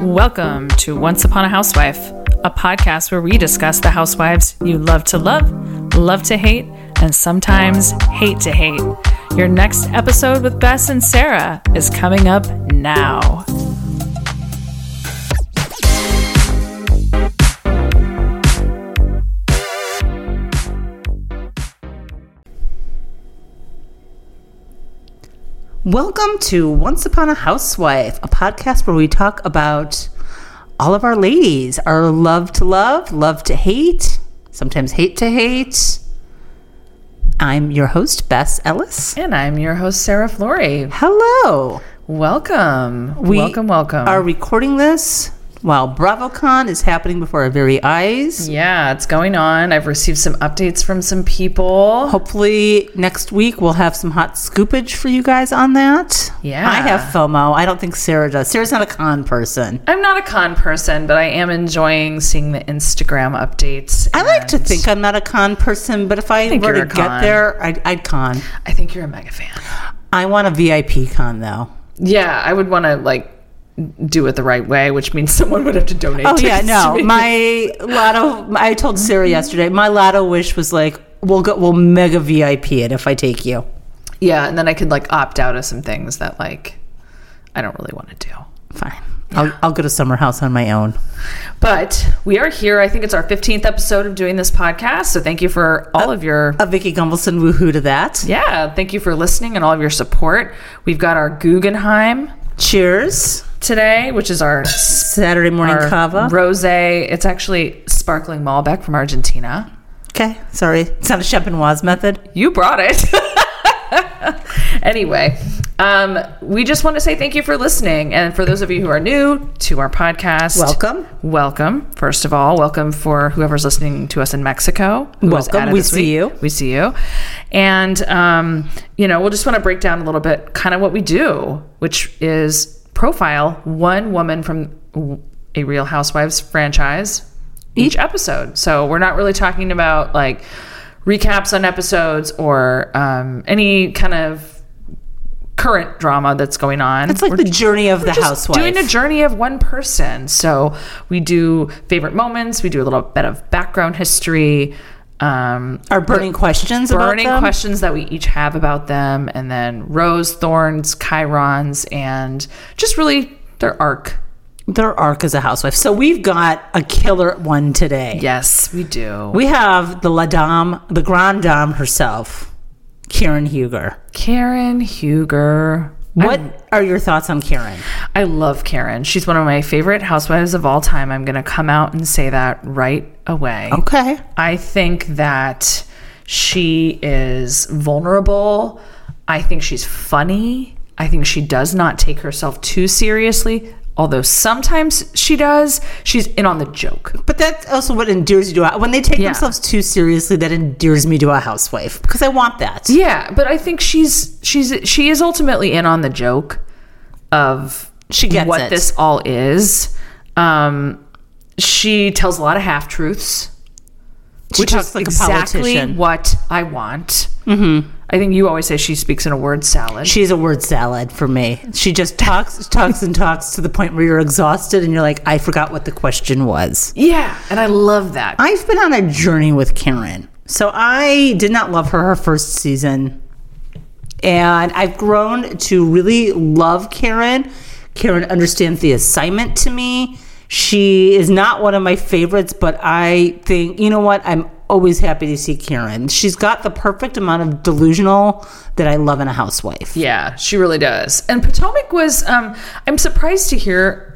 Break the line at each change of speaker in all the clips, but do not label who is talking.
Welcome to Once Upon a Housewife, a podcast where we discuss the housewives you love to love, love to hate, and sometimes hate to hate. Your next episode with Bess and Sarah is coming up now.
Welcome to Once Upon a Housewife, a podcast where we talk about all of our ladies, our love to love, love to hate, sometimes hate to hate. I'm your host, Bess Ellis.
And I'm your host, Sarah Flory.
Hello.
Welcome. welcome, welcome.
Are recording this while BravoCon is happening before our very eyes.
yeah, it's going on. I've received some updates from some people.
Hopefully, next week we'll have some hot scoopage for you guys on that.
Yeah.
I have FOMO. I don't think Sarah does. Sarah's not a con person.
I'm not a con person, but I am enjoying seeing the Instagram updates.
I like to
and
think I'm not a con person, but if I,
think
were
you're
to
a con.
get there, I'd, I'd con.
I think you're a mega fan.
I want a VIP con though.
Yeah, I would want to like do it the right way, which means someone would have to donate.
Oh
to
yeah,
it.
no. My lotto. I told Sarah yesterday. My lotto wish was like, we'll go, we'll mega VIP it if I take you.
yeah, and then I could like opt out of some things that like I don't really want to do.
Fine. I'll, I'll go to summer house on my own.
But we are here. I think it's our 15th episode of doing this podcast. So thank you for all of your
A Vicky Gumbelson woohoo to that.
yeah, thank you for listening and all of your support. We've got our Guggenheim
Cheers.
today, which is our
Saturday morning
our
cava.
rose. It's actually sparkling Malbec from Argentina.
okay. Sorry, it's not a Champenoise method.
You brought it. anyway, um, we just want to say thank you for listening. And for those of you who are new to our podcast,
Welcome.
Welcome, first of all. Welcome for whoever's listening to us in Mexico. who was
Welcome.
added
We
this
see
week.
you.
We see you. And, um, you know, we'll just want to break down a little bit kind of what we do, which is profile one woman from w- a Real Housewives franchise each episode. So we're not really talking about like recaps on episodes or um, any kind of current drama that's going on.
It's like
We're
the journey of the
just
housewife.
doing a journey of one person. So we do favorite moments. We do a little bit of background history, um,
Our burning questions.
burning
about them.
questions that we each have about them, and then rose thorns, chirons, and just really their arc.
Their arc as a housewife. So we've got a killer one today.
Yes, we do.
We have the La Dame, the Grand Dame herself, Karen Huger.
Karen Huger.
What are your thoughts on Karen?
I love Karen. She's one of my favorite housewives of all time. I'm going to come out and say that right away.
Okay.
I think that she is vulnerable. I think she's funny. I think she does not take herself too seriously, although sometimes she does. She's in on the joke.
But that's also what endears you to a when they take
Yeah.
themselves too seriously, that endears me to a housewife because I want that.
Yeah, but I think she's she's she is ultimately in on the joke of
She gets
what
it.
this all is. Um, she tells a lot of half truths.
She
which
talks
is exactly what I want. Mm-hmm. I think you always say she speaks in a word salad.
She's a word salad for me. She just talks, talks, and talks to the point where you're exhausted and you're like, I forgot what the question was.
yeah, and I love that.
I've been on a journey with Karen. So I did not love her her first season. And I've grown to really love Karen. Karen understands the assignment to me. She is not one of my favorites, but I think, you know what? I'm always happy to see Karen. She's got the perfect amount of delusional that I love in a housewife.
yeah, she really does. And Potomac was. Um, I'm surprised to hear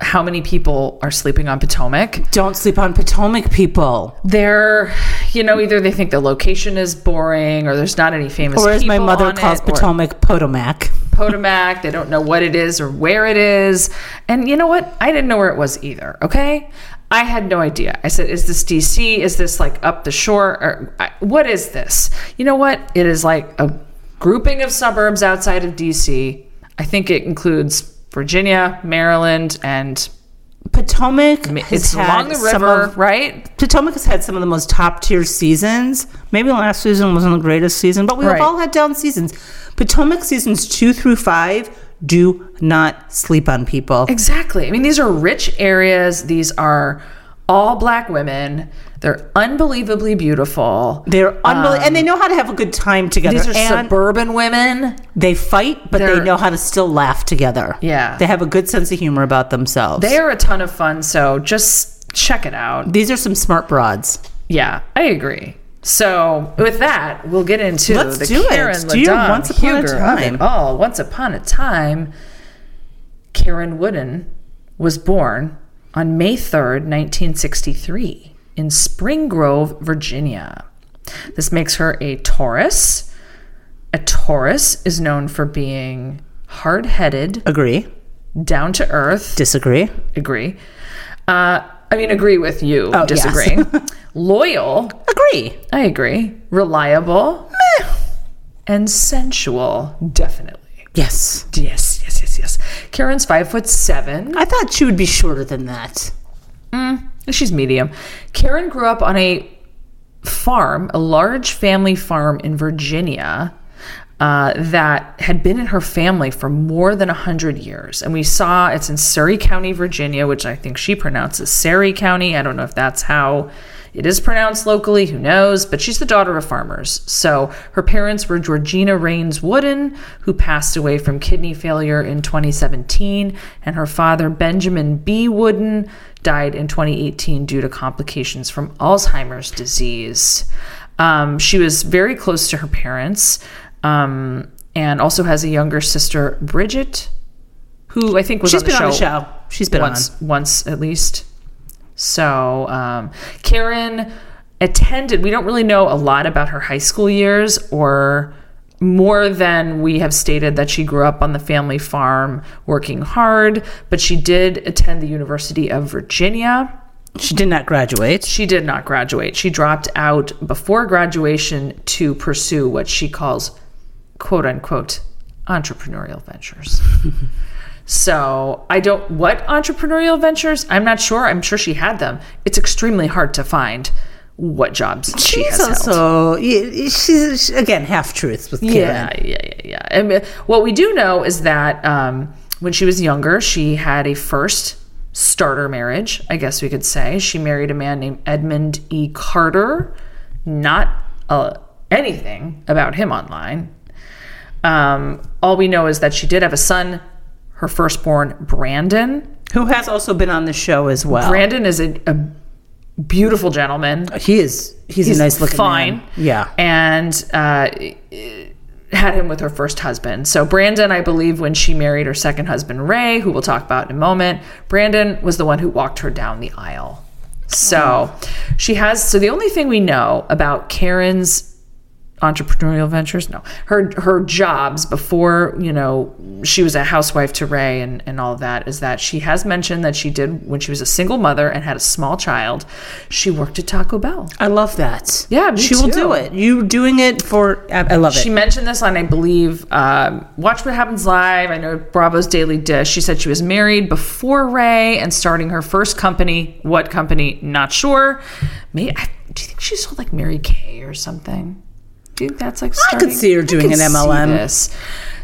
how many people are sleeping on Potomac.
Don't sleep on Potomac people.
They're, you know, either they think the location is boring or there's not any famous.
Or as my
people
mother
on
calls
it, or-
Potomac, Potomac.
Potomac. They don't know what it is or where it is. And you know what? I didn't know where it was either. Okay. I had no idea. I said, is this DC? Is this like up the shore? Or I, what is this? You know what? It is like a grouping of suburbs outside of DC. I think it includes Virginia, Maryland, and
Potomac has
it's
had
along the
some
river,
of
right?
Potomac has had some of the most top tier seasons. Maybe last season wasn't the greatest season, but we've
Right.
all had down seasons. Potomac seasons two through five do not sleep on people.
Exactly. I mean, these are rich areas. These are all black women. They're unbelievably beautiful.
They're unbelievable, and they know how to have a good time together.
Um, These are
and
suburban women.
they fight, but they
they're-
know how to still laugh together.
Yeah.
they have a good sense of humor about themselves.
They are a ton of fun. So just check it out.
These are some smart broads.
Yeah, I agree. So with that, we'll get into
Let's
the
do it.
Karen
Do your
Ladon
Once Upon a
Huger of it
Time.
all. Once upon a time, Karen Wooden was born on May 3rd, 1963, in Spring Grove, Virginia. This makes her a Taurus. A Taurus is known for being hard headed,
Agree?
down to earth,
Disagree?
agree. Uh, I mean, agree with you,
Oh, yes.
disagreeing. Loyal,
Agree.
I agree. Reliable, and sensual, definitely.
Yes.
Yes, yes, yes, yes. Karen's five foot seven.
I thought she would be shorter than that.
Mm, she's medium. Karen grew up on a farm, a large family farm in Virginia. Uh, that had been in her family for more than 100 years. And we saw it's in Surrey County, Virginia, which I think she pronounces Surrey County. I don't know if that's how it is pronounced locally, who knows? But she's the daughter of farmers. So her parents were Georgina Raines Wooden, who passed away from kidney failure in 2017, and her father, Benjamin B. Wooden, died in 2018 due to complications from Alzheimer's disease. Um, she was very close to her parents um, and also has a younger sister, Bridget, who I think was
She's
on, the
been
show
on the show. She's been
once,
on.
once at least. So um, Karen attended, we don't really know a lot about her high school years or more than we have stated that she grew up on the family farm working hard, but she did attend the University of Virginia.
She did not graduate.
She did not graduate. She dropped out before graduation to pursue what she calls quote unquote entrepreneurial ventures. so I don't, what entrepreneurial ventures? I'm not sure. I'm sure she had them. It's extremely hard to find what jobs she has
She's
held.
also yeah, she's she- again half truths with Karen.
Yeah, yeah, yeah, yeah. I mean, what we do know is that um, when she was younger, she had a first starter marriage, I guess we could say. She married a man named Edmund E. Carter. Not uh, anything about him online. Um, all we know is that she did have a son, her firstborn, Brandon.
who has also been on the show as well.
Brandon is a, a beautiful gentleman
he is he's, a nice looking
fine.
man. Yeah,
and uh, had him with her first husband. So Brandon, I believe, when she married her second husband Ray, who we'll talk about in a moment, Brandon was the one who walked her down the aisle. So
Mm-hmm.
she has. So the only thing we know about Karen's entrepreneurial ventures no her her jobs before you know she was a housewife to ray and and all of that is that she has mentioned that she did when she was a single mother and had a small child she worked at taco bell
I love that.
Yeah, me
she will
too.
do it. You doing it for? I, I love
She
it.
mentioned this on, I believe, um, Watch What Happens Live. I know Bravo's Daily Dish. She said she was married before Ray and starting her first company. What company? Not sure. May I, do you think she's sold like Mary Kay or something? Do you think that's like starting?
see her doing
could
an
see
MLM.
this.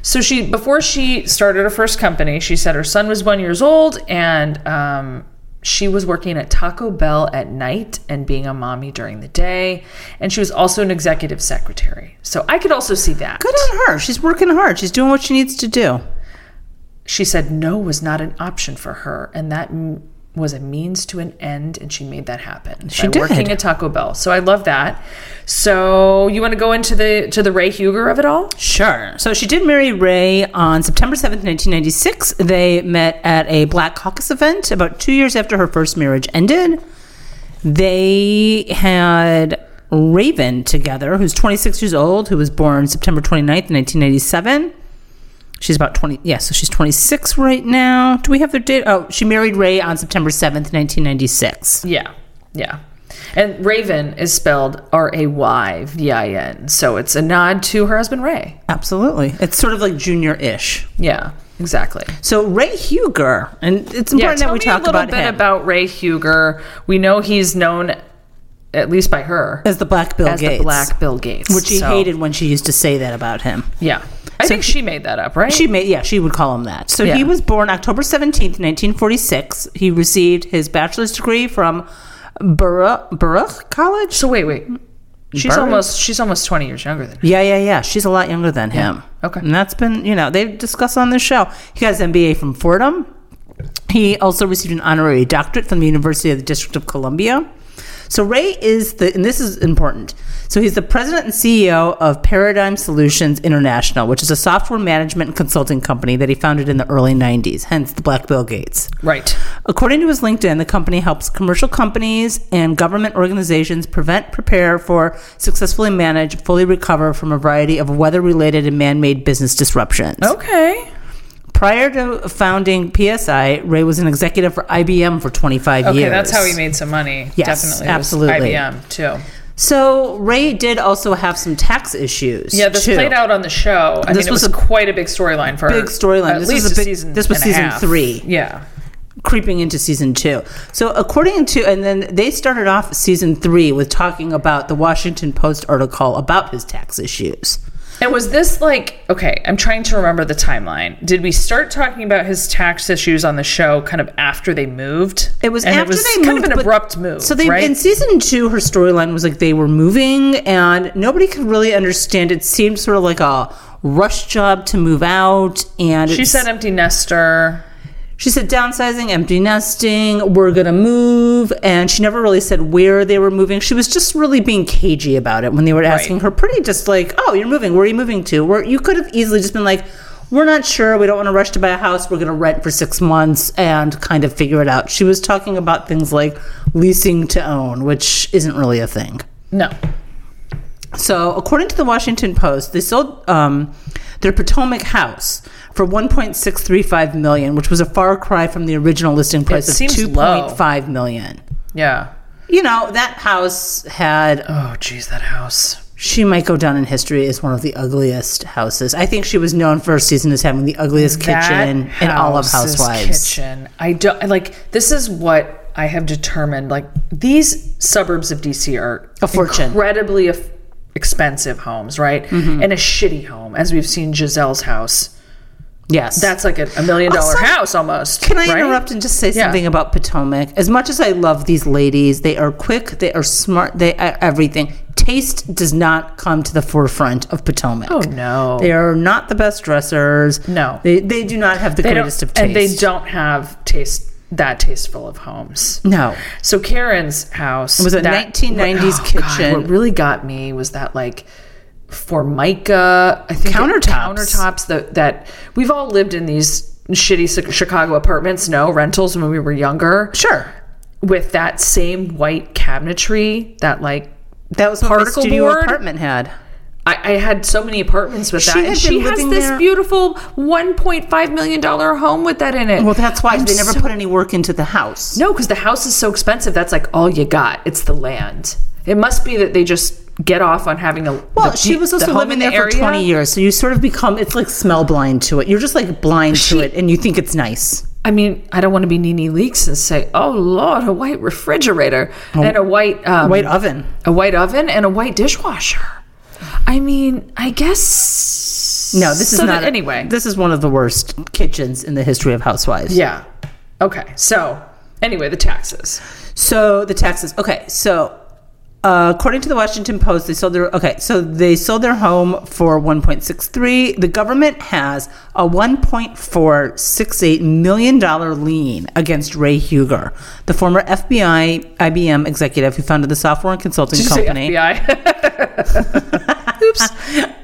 So she before she started her first company, she said her son was one years old and um, she was working at Taco Bell at night and being a mommy during the day. And she was also an executive secretary. So I could also see that.
Good on her. She's working hard. She's doing what she needs to do.
She said no was not an option for her, and that m- was a means to an end, and she made that happen. She by
did.
working at Taco Bell. So I love that. So you want to go into the to the Ray Huger of it all?
Sure. So she did marry Ray on September 7th, 1996. They met at a Black Caucus event about two years after her first marriage ended. They had Raven together, who's 26 years old, who was born September 29th, 1997. She's about 20. Yeah, so she's 26 right now. Do we have their date? Oh, she married Ray on September 7th, 1996.
Yeah, yeah. And Raven is spelled R A Y V I N, so it's a nod to her husband Ray.
Absolutely. It's sort of like junior ish.
Yeah, exactly.
So Ray Huger, and it's important
Yeah,
that
tell
we
me
talk
a little
about
bit
him.
about Ray Huger. We know he's known, at least by her,
as the Black Bill
as
Gates,
the Black Bill Gates,
which she
so-
hated when she used to say that about him.
Yeah, I think she made that up, right?
She made, yeah, she would call him that. So he
Yeah.
was born October 17th, 1946. He received his bachelor's degree from Baruch, Baruch College.
so wait, wait. She's
Burr?
almost she's almost twenty years younger than.
Yeah, yeah, yeah. She's a lot younger than him.
Okay.
And that's been, you know, they've discussed on this show. He got his MBA from Fordham. He also received an honorary doctorate from the University of the District of Columbia. So Ray is the, and this is important. So he's the president and CEO of Paradigm Solutions International, which is a software management and consulting company that he founded in the early 90s, hence the Black Bill Gates.
Right.
According to his LinkedIn, the company helps commercial companies and government organizations prevent, prepare for, successfully manage, fully recover from a variety of weather related and man made business disruptions.
Oh. Okay.
Prior to founding PSI, Ray was an executive for IBM for 25
Okay,
years.
that's how he made some money.
Yes,
Definitely. It was
absolutely.
IBM too.
So Ray did also have some tax issues.
Yeah, this
too.
played out on the show. I
This
mean, it
was
was,
a
quite a big storyline for
big storyline.
At
This was
least
a big-
season.
this was
and a
season
half.
three.
Yeah.
creeping into season two. So, according to, and then they started off season three with talking about the Washington Post article about his tax issues.
And was this like okay? I'm trying to remember the timeline. Did we start talking about his tax issues on the show kind of after they moved?
It was
and
after
it was
they
kind
moved,
of an
but-
abrupt move.
So they
right?
in season two, her storyline was like they were moving, and nobody could really understand. It seemed sort of like a rush job to move out, and
she
it's-
said empty nester.
she said downsizing, empty nesting, we're gonna move, and she never really said where they were moving. She was just really being cagey about it when they were asking her, pretty just like, oh, you're moving. Where are you moving to? Where you could have easily just been like. We're not sure. We don't want to rush to buy a house. We're going to rent for six months and kind of figure it out. She was talking about things like leasing to own, which isn't really a thing.
No,
So, according to the Washington Post, they sold um, their Potomac house for 1.635 million, which was a far cry from the original listing price
It
of
seems low.
2.5 million.
yeah.
You know, that house had
Oh, geez, that house.
she might go down in history as one of the ugliest houses. I think she was known for her season as having the ugliest kitchen
That
in all of
house is
Housewives.
Kitchen. I don't I like. This is what I have determined. Like these suburbs of DC are
A fortune. Mm-hmm.
incredibly eff- expensive homes, right? And a shitty home, as we've seen Giselle's house.
Yes.
That's like a, a million dollar
Also,
house almost.
Can I
right?
interrupt and just say
Yeah.
something about Potomac? As much as I love these ladies, they are quick, they are smart, they are everything. Taste does not come to the forefront of Potomac.
Oh no,
They are not the best dressers.
No.
They, they do not have the
They
greatest of
don't, and
taste.
they don't have taste that tasteful of homes.
No.
So Karen's house
was a
that-
1990s
what- oh, God,
kitchen.
what really got me was that like formica, I think it-
Countertops.
countertops that that we've all lived in these shitty Chi- Chicago apartments, no rentals when we were younger,
Sure.
with that same white cabinetry that like.
That was what
Particle
my studio
board?
apartment had.
I, I had so many apartments with
She
that,
had
and
been
she has
living
this
there-
beautiful one point five million dollar home with that in it.
Well, that's why
I'm
they never
so
put any work into the house.
No, because the house is so expensive. That's like all you got. It's the land. It must be that they just get off on having a.
Well,
the-
she was
the
also
home
living
in
there
the
for
area.
20 years, so you sort of become, it's like smell blind to it. You're just like blind
She-
to it and you think it's nice.
I mean, I don't want to be Nene Leaks and say, "Oh Lord, a white refrigerator and a white um,
White oven.
a white oven and a white dishwasher." I mean, I guess
No, this is
so
not
that-
a-
anyway.
This is one of the worst kitchens in the history of housewives.
yeah. Okay. So anyway, the taxes.
So the taxes. Okay, so uh, according to the Washington Post, they sold their okay. So they sold their home for 1.63. The government has a 1.468 million dollar lien against Ray Huger, the former FBI IBM executive who founded the software and consulting
Did you say
company.
FBI?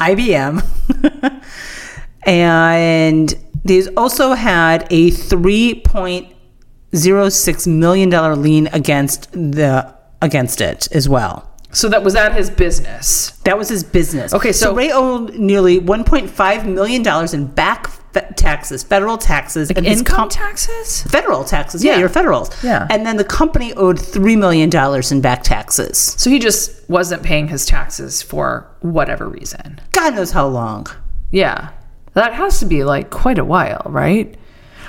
IBM. and they've also had a $3.06 million lien against the against it as well.
so that was that his business.
That was his business.
Okay, so-
Ray owed nearly $1.5 million in back fe- taxes, federal taxes, and his
Income
comp-
taxes.
federal taxes. Yeah,
Yeah.
your federals.
Yeah.
And then the company owed $3 million in back taxes.
So he just wasn't paying his taxes for whatever reason.
God knows how long.
Yeah. That has to be like quite a while, right?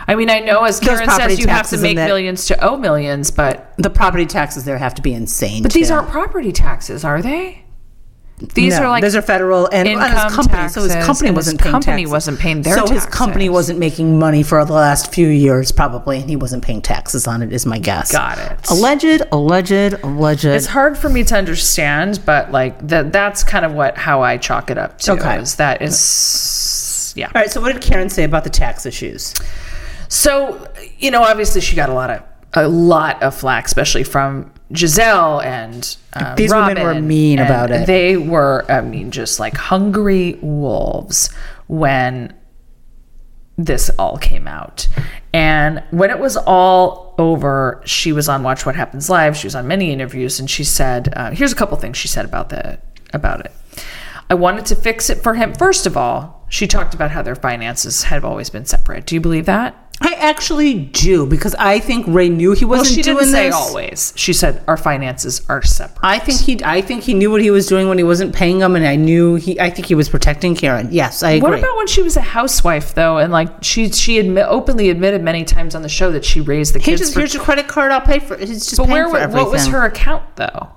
I mean, I know as Karen
property
says, you have to
taxes and
make
that-
millions to owe millions, but
The property taxes there have to be insane.
but these
too.
aren't property taxes, are they? These
No,
are like
those are federal and, and
income
his company. So his
taxes,
company
and his
wasn't paying
company
taxes.
wasn't paying their
So his company
taxes.
wasn't making money for the last few years, probably, and he wasn't paying taxes on it. Is my guess.
Got it.
Alleged, alleged, alleged.
It's hard for me to understand, but like that that's kind of what how I chalk it up to
Okay.
is that is yeah.
All right. So what did Karen say about the tax issues?
So, you know, obviously she got a lot of a lot of flack, especially from Giselle and um,
These women
Robin,
were mean
and
about it.
They were, I mean, just like hungry wolves when this all came out. And when it was all over, she was on Watch What Happens Live. She was on many interviews, and she said, uh, "Here's a couple things she said about the about it. I wanted to fix it for him. First of all, she talked about how their finances have always been separate. Do you believe that?
I actually do because I think Ray knew he
Well,
wasn't
she
doing
didn't say
this.
always. She said our finances are separate.
I think he. I think he knew what he was doing when he wasn't paying him, and I knew he. I think he was protecting Karen. Yes, I agree.
What about when she was a housewife though, and like she she admi- openly admitted many times on the show that she raised the
he
kids.
just
for-
here's your credit card. I'll pay for. it. He's just
but
paying
where
for
wa-
everything.
what was her account though?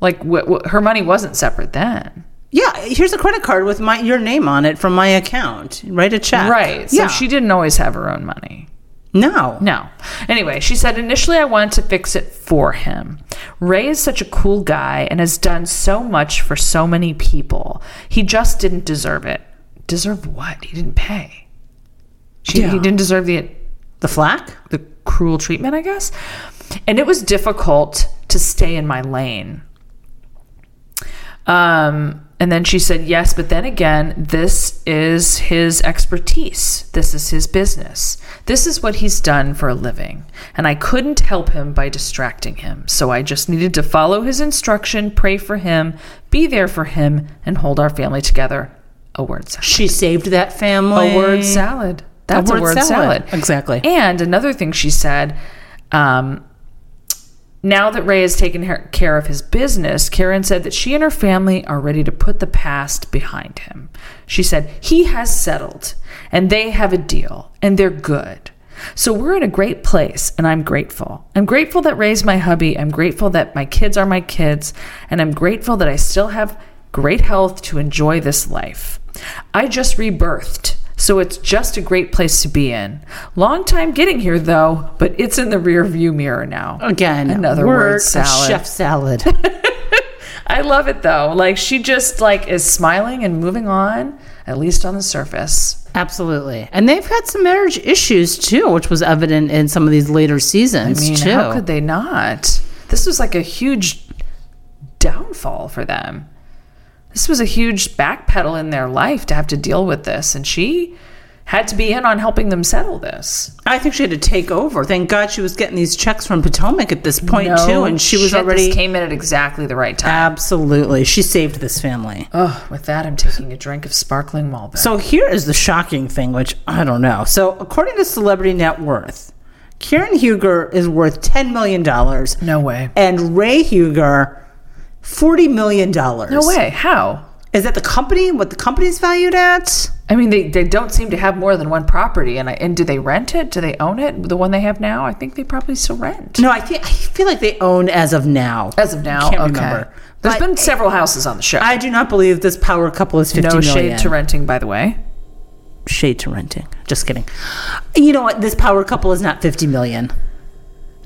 Like wh- wh- her money wasn't separate then,
Yeah, here's a credit card with my your name on it from my account. Write a check.
right? So
yeah.
she didn't always have her own money.
No.
No. Anyway, she said, initially I wanted to fix it for him. Ray is such a cool guy and has done so much for so many people. He just didn't deserve it. Deserve what? He didn't pay. She,
Yeah.
He didn't deserve the
The flack?
the cruel treatment, I guess. And it was difficult to stay in my lane. Um, and then she said, Yes, but then again, this is his expertise. This is his business. This is what he's done for a living. And I couldn't help him by distracting him. So I just needed to follow his instruction, pray for him, be there for him, and hold our family together. A word salad.
She saved that family.
A word salad. That's a word, salad.
Exactly.
And another thing she said, um, now that Ray has taken her- care of his business, Karen said that she and her family are ready to put the past behind him. She said, he has settled and they have a deal and they're good. So we're in a great place and I'm grateful. I'm grateful that Ray's my hubby. I'm grateful that my kids are my kids. And I'm grateful that I still have great health to enjoy this life. I just rebirthed. So it's just a great place to be in. Long time getting here though, but it's in the rear view mirror now.
Again,
Another word
of
salad.
Chef salad.
I love it though. Like she just like is smiling and moving on, at least on the surface.
Absolutely. And they've had some marriage issues too, which was evident in some of these later seasons
I mean,
too.
how could they not? This was like a huge downfall for them. This was a huge backpedal in their life to have to deal with this, and she had to be in on helping them settle this.
I think she had to take over. Thank God she was getting these checks from Potomac at this point, too, and she was
shit, this
already
came in at exactly the right time.
Absolutely. She saved this family.
Oh, with that, I'm taking a drink of sparkling Malbec.
So here is the shocking thing, which I don't know. So according to Celebrity Net Worth, Karen Huger is worth ten million dollars,
no way.
and Ray Huger forty million dollars.
No way. How?
Is that the company? What the company's valued at?
I mean, they, they don't seem to have more than one property, and I, and do they rent it? Do they own it? The one they have now, I think they probably still rent.
No, I think I feel like they own as of now.
As of now,
Can't
okay.
remember.
There's
But-
been several houses on the show.
I do not believe this power couple is fifty
no
million.
shade to renting, by the way.
Shade to renting. Just kidding. You know what? This power couple is not fifty million.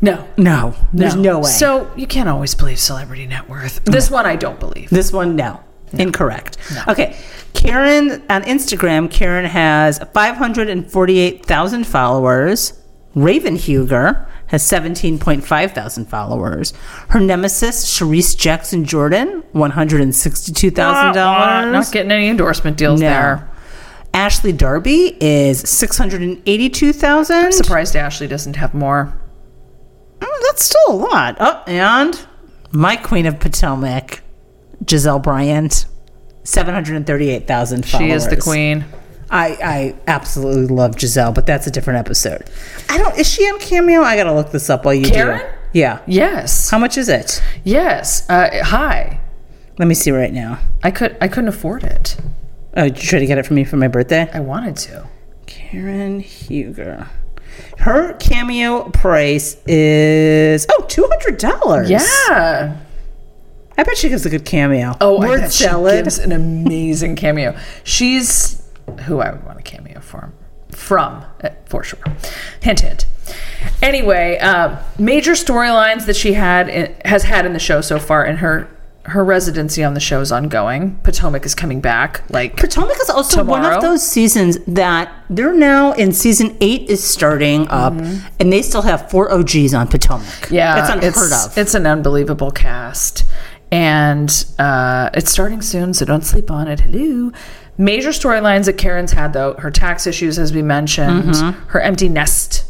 No,
No, there's no way.
So you can't always believe celebrity net worth. This one, I don't believe.
This one, no. Incorrect. Okay. Karen on Instagram, Karen has 548,000 followers. Raven Huger has 17.5 thousand followers. Her nemesis, Sharice Jackson Jordan, $162,000.
Not getting any endorsement deals
No.
there.
Ashley Darby is 682,000.
Surprised Ashley doesn't have more.
Mm, That's still a lot. Oh, and my queen of Potomac, Giselle Bryant, 738,000
She
followers.
is the queen.
I, I absolutely love Giselle, but that's a different episode. I don't. Is she on Cameo? I gotta look this up while you do it.
Karen?
Yeah.
Yes.
How much is it?
Yes. Uh, hi.
Let me see right now.
I could. I couldn't afford it.
Oh, did you try to get it for me for my birthday?
I wanted to.
Karen Huger. Her Cameo price is oh two hundred dollars.
Yeah.
I bet she gives a good cameo.
Oh, I
word
bet
salad.
she gives an amazing cameo. She's who I would want a cameo from. From uh, for sure, hint hint. Anyway, uh, major storylines that she had in, has had in the show so far, and her her residency on the show is ongoing. Potomac is coming back. Like
Potomac is also one
Tomorrow.
of those seasons that they're now in season eight is starting up, and they still have four OGs on Potomac.
Mm-hmm. Yeah,
that's unheard
it's,
of.
It's an unbelievable cast, and uh, it's starting soon, so don't sleep on it. Hello. Major storylines that Karen's had though: her tax issues, as we mentioned,
Mm-hmm.
her empty nest,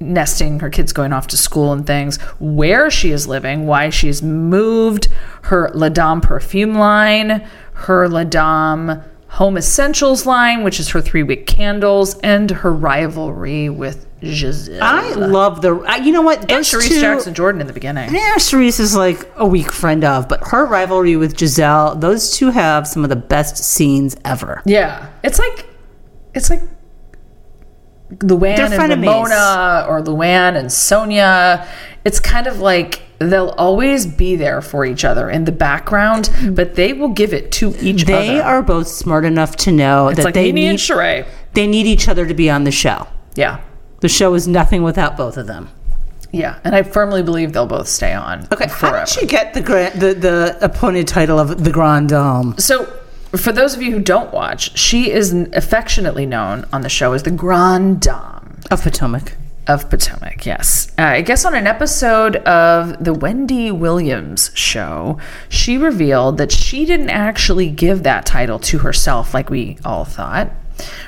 nesting, her kids going off to school and things, where she is living, why she's moved, her La Dame perfume line, her La Dame home essentials line, which is her three-wick candles, and her rivalry with Giselle.
I love the. I, you know what?
and
Those
Sharice
two-
Jackson Jordan in the beginning.
Yeah, Sharice is like a weak friend of, but her rivalry with Giselle, those two have some of the best scenes ever.
Yeah, it's like it's like Luann
They're
and
frenemies.
Ramona, or Luann and Sonia. It's kind of like they'll always be there for each other in the background, but they will give it to each
They
other.
are both smart enough to know
it's
that
like
they
Nene and
need
Sheree.
they need each other to be on the show.
Yeah,
The show is nothing without both of them.
yeah, and I firmly believe they'll both stay on.
Okay,
forever.
how did she get the grand, the the opponent title of the Grand Dame?
So, for those of you who don't watch, she is affectionately known on the show as the Grande Dame.
Of Potomac.
Of Potomac, yes. Uh, I guess on an episode of the Wendy Williams show, she revealed that she didn't actually give that title to herself like we all thought.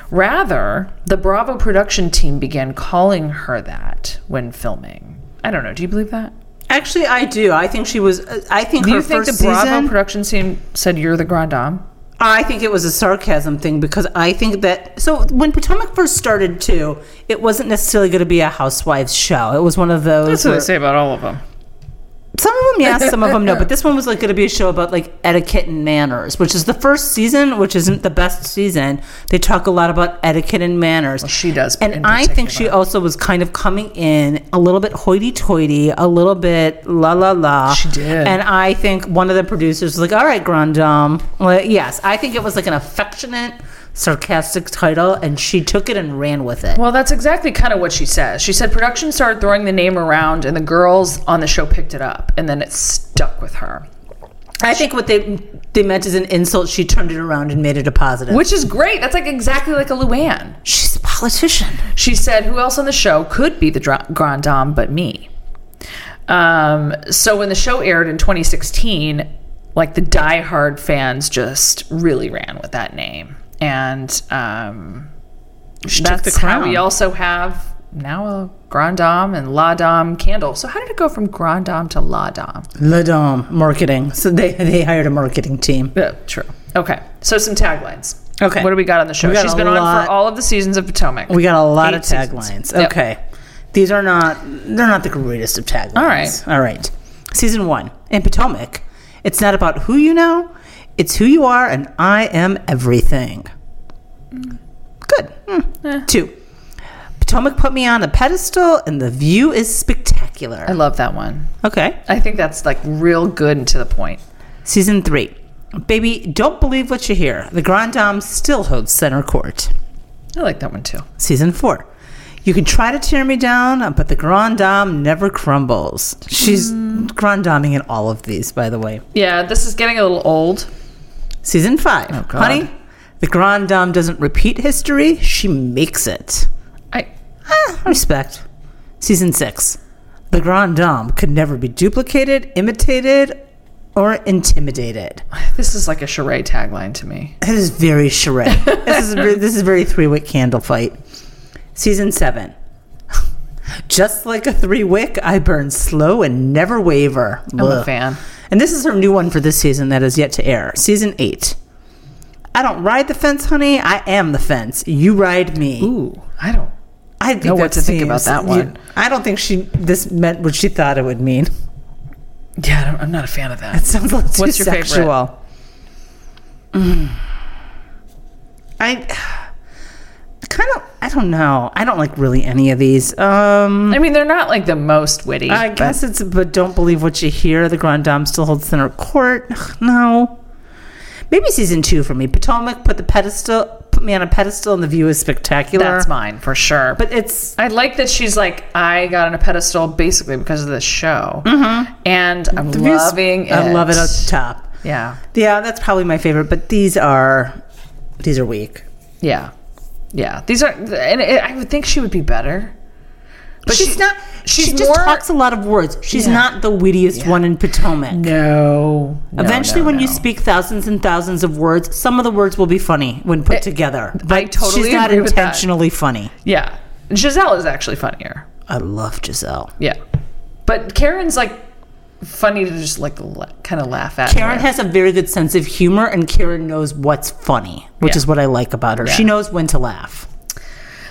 Rather, the Bravo production team began calling her that when filming. I don't know. Do you believe that?
Actually, I do. I think she was. I think
Do
her
you think the
first
Bravo
season.
production team said you're the Grand Dame?
I think it was a sarcasm thing because I think that so when Potomac first started too, it wasn't necessarily going to be a housewives show. It was one of those.
That's what
where-
they say about all of them.
Some of them yes, some of them no. But this one was like going to be a show about like etiquette and manners, which is the first season, which isn't the best season. They talk a lot about etiquette and manners.
she does, in
and I think she also was kind of coming in a little bit hoity-toity, a little bit la la la.
She did.
and I think one of the producers was like, "All right, Grand Dame." Well, yes, I think it was like an affectionate, sarcastic title, and she took it and ran with it.
Well, that's exactly kind of what she says. She said production started throwing the name around, and the girls on the show picked it up, and then it stuck with her,
I think what they they meant is an insult. She turned it around and made it a positive.
which is great. That's like exactly like a Luann.
She's a politician.
She said, "Who else on the show could be the dra- grand dame but me?" Um, so when the show aired in 2016, like the diehard fans just really ran with that name, and um,
took
that's
the
how
crown.
we also have now a grand dame and la dame candle. So how did it go from grand dame to la dame?
La Dame marketing. So they they hired a marketing team.
Yeah, true. Okay, so some taglines.
Okay.
what do we got on the show?
We got
She's
a
been on
lot.
for all of the seasons of Potomac.
We got a lot
Eight
of
seasons.
taglines.
Yep.
Okay. These are not they're not the greatest of taglines.
All right.
All right. Season 1. In Potomac, it's not about who you know, it's who you are and I am everything.
Mm.
Good. Hmm.
Eh.
2. Potomac put me on a pedestal and the view is
I
spectacular.
love that one.
Okay.
I think that's like real good and to the point.
Season 3. Baby, don't believe what you hear. The Grand Dame still holds center court.
I like that one too.
Season four. You can try to tear me down, but the Grand Dame never crumbles. She's Grand Daming in all of these, by the way.
Yeah, this is getting a little old.
Season five.
God.
Honey, the Grand Dame doesn't repeat history, she makes it.
I
Ah, respect. Season six. The Grand Dame could never be duplicated, imitated, or intimidated.
this is like a charade tagline to me.
That is very charade. this is very, this is very three wick candle fight. Season seven. Just like a three wick, I burn slow and never waver.
I'm a
Ugh.
fan.
And this is her new one for this season that is yet to air. Season eight. I don't ride the fence, honey. I am the fence. You ride me.
Ooh, I don't.
I think
Know what
that
to think about
seems-
that
you-
one.
I don't think she this meant what she thought it would mean.
Yeah, I don't, I'm not a fan of
It
that.
sounds a little
What's
too
your favorite?
sexual. Mm. I kind of I I don't know. I don't like really any of these. Um,
I mean, they're not like the most witty.
I
but-
guess it's but don't believe what you hear. The Grand Dame still holds center court. Ugh, No, maybe season two for me. Potomac put the pedestal, put me on a pedestal, and the view is spectacular.
that's mine for sure.
But it's
I like that she's like I got on a pedestal basically because of this show,
Mm-hmm.
and I'm
the view's-
loving it.
I love it up top.
Yeah,
Yeah, that's probably my favorite. But these are these are weak.
yeah, yeah. These are, and it, I would think she would be better.
But she's
she-
not.
she's
she just
more-
talks a lot of words. She's
Yeah.
not the wittiest one in Potomac.
No. no,
Eventually,
no,
when you
no.
speak thousands and thousands of words, some of the words will be funny when put together. But
Eh, totally
she's not
agree with that.
intentionally funny.
yeah, Giselle is actually funnier.
I love Giselle.
Yeah, but Karen's like funny to just like la- kind of laugh at. in a
Karen
way.
has a very good sense of humor, and Karen knows what's funny, which
Yeah.
is what I like about her. She knows when to laugh.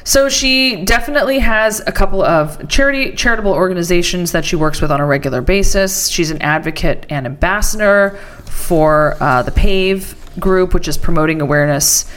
So she definitely has a couple of charity charitable organizations that she works with on a regular basis. She's an advocate and ambassador for uh, the PAVE group, which is promoting awareness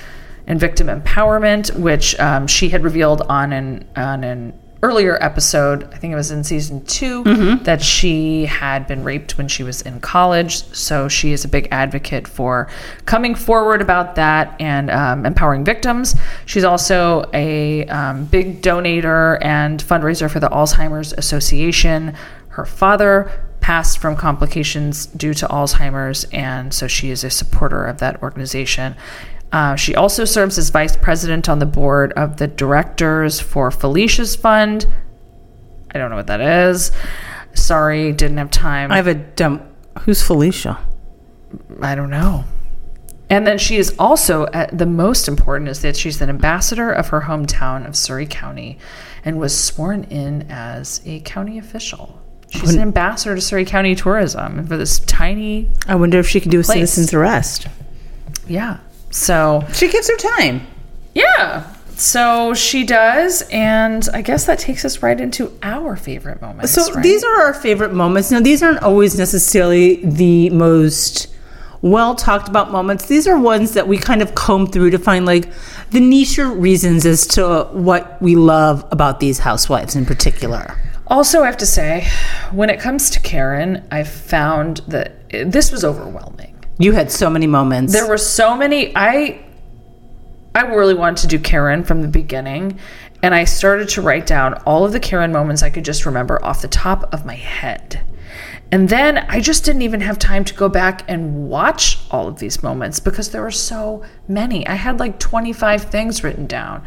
and victim empowerment, which um, she had revealed on an on an earlier episode. I think it was in season 2 that she had been raped when she was in college. So she is a big advocate for coming forward about that and um, empowering victims. She's also a um, big donator and fundraiser for the Alzheimer's Association. Her father passed from complications due to Alzheimer's, and so she is a supporter of that organization. Uh, she also serves as vice president on the board of the directors for Felicia's Fund. I don't know what that is. Sorry, didn't have time.
I have a dumb. Who's Felicia?
I don't know. And then she is also uh the most important is that she's an ambassador of her hometown of Surrey County and was sworn in as a county official. She's an ambassador to Surrey County tourism for this tiny,
I wonder if she can do a
citizen's
arrest.
yeah. So,
She gives her time.
yeah. So she does. And I guess that takes us right into our favorite moments.
So
right?
these are our favorite moments. Now, these aren't always necessarily the most well talked about moments. These are ones that we kind of comb through to find like the niche reasons as to what we love about these housewives in particular.
Also, I have to say, when it comes to Karen, I found that this was overwhelming.
You had so many moments.
There were so many. I I really wanted to do Karen from the beginning, and I started to write down all of the Karen moments I could just remember off the top of my head. And then I just didn't even have time to go back and watch all of these moments because there were so many. I had like 25 things written down.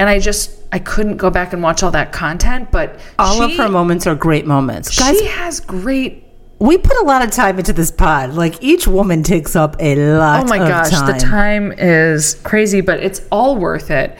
And I just I couldn't go back and watch all that content, but
all of
she-
her moments are great moments. Guys,
she has great
we put a lot of time into this pod. Like each woman takes up a lot
Oh my
of
gosh,
time.
the time is crazy, but it's all worth it.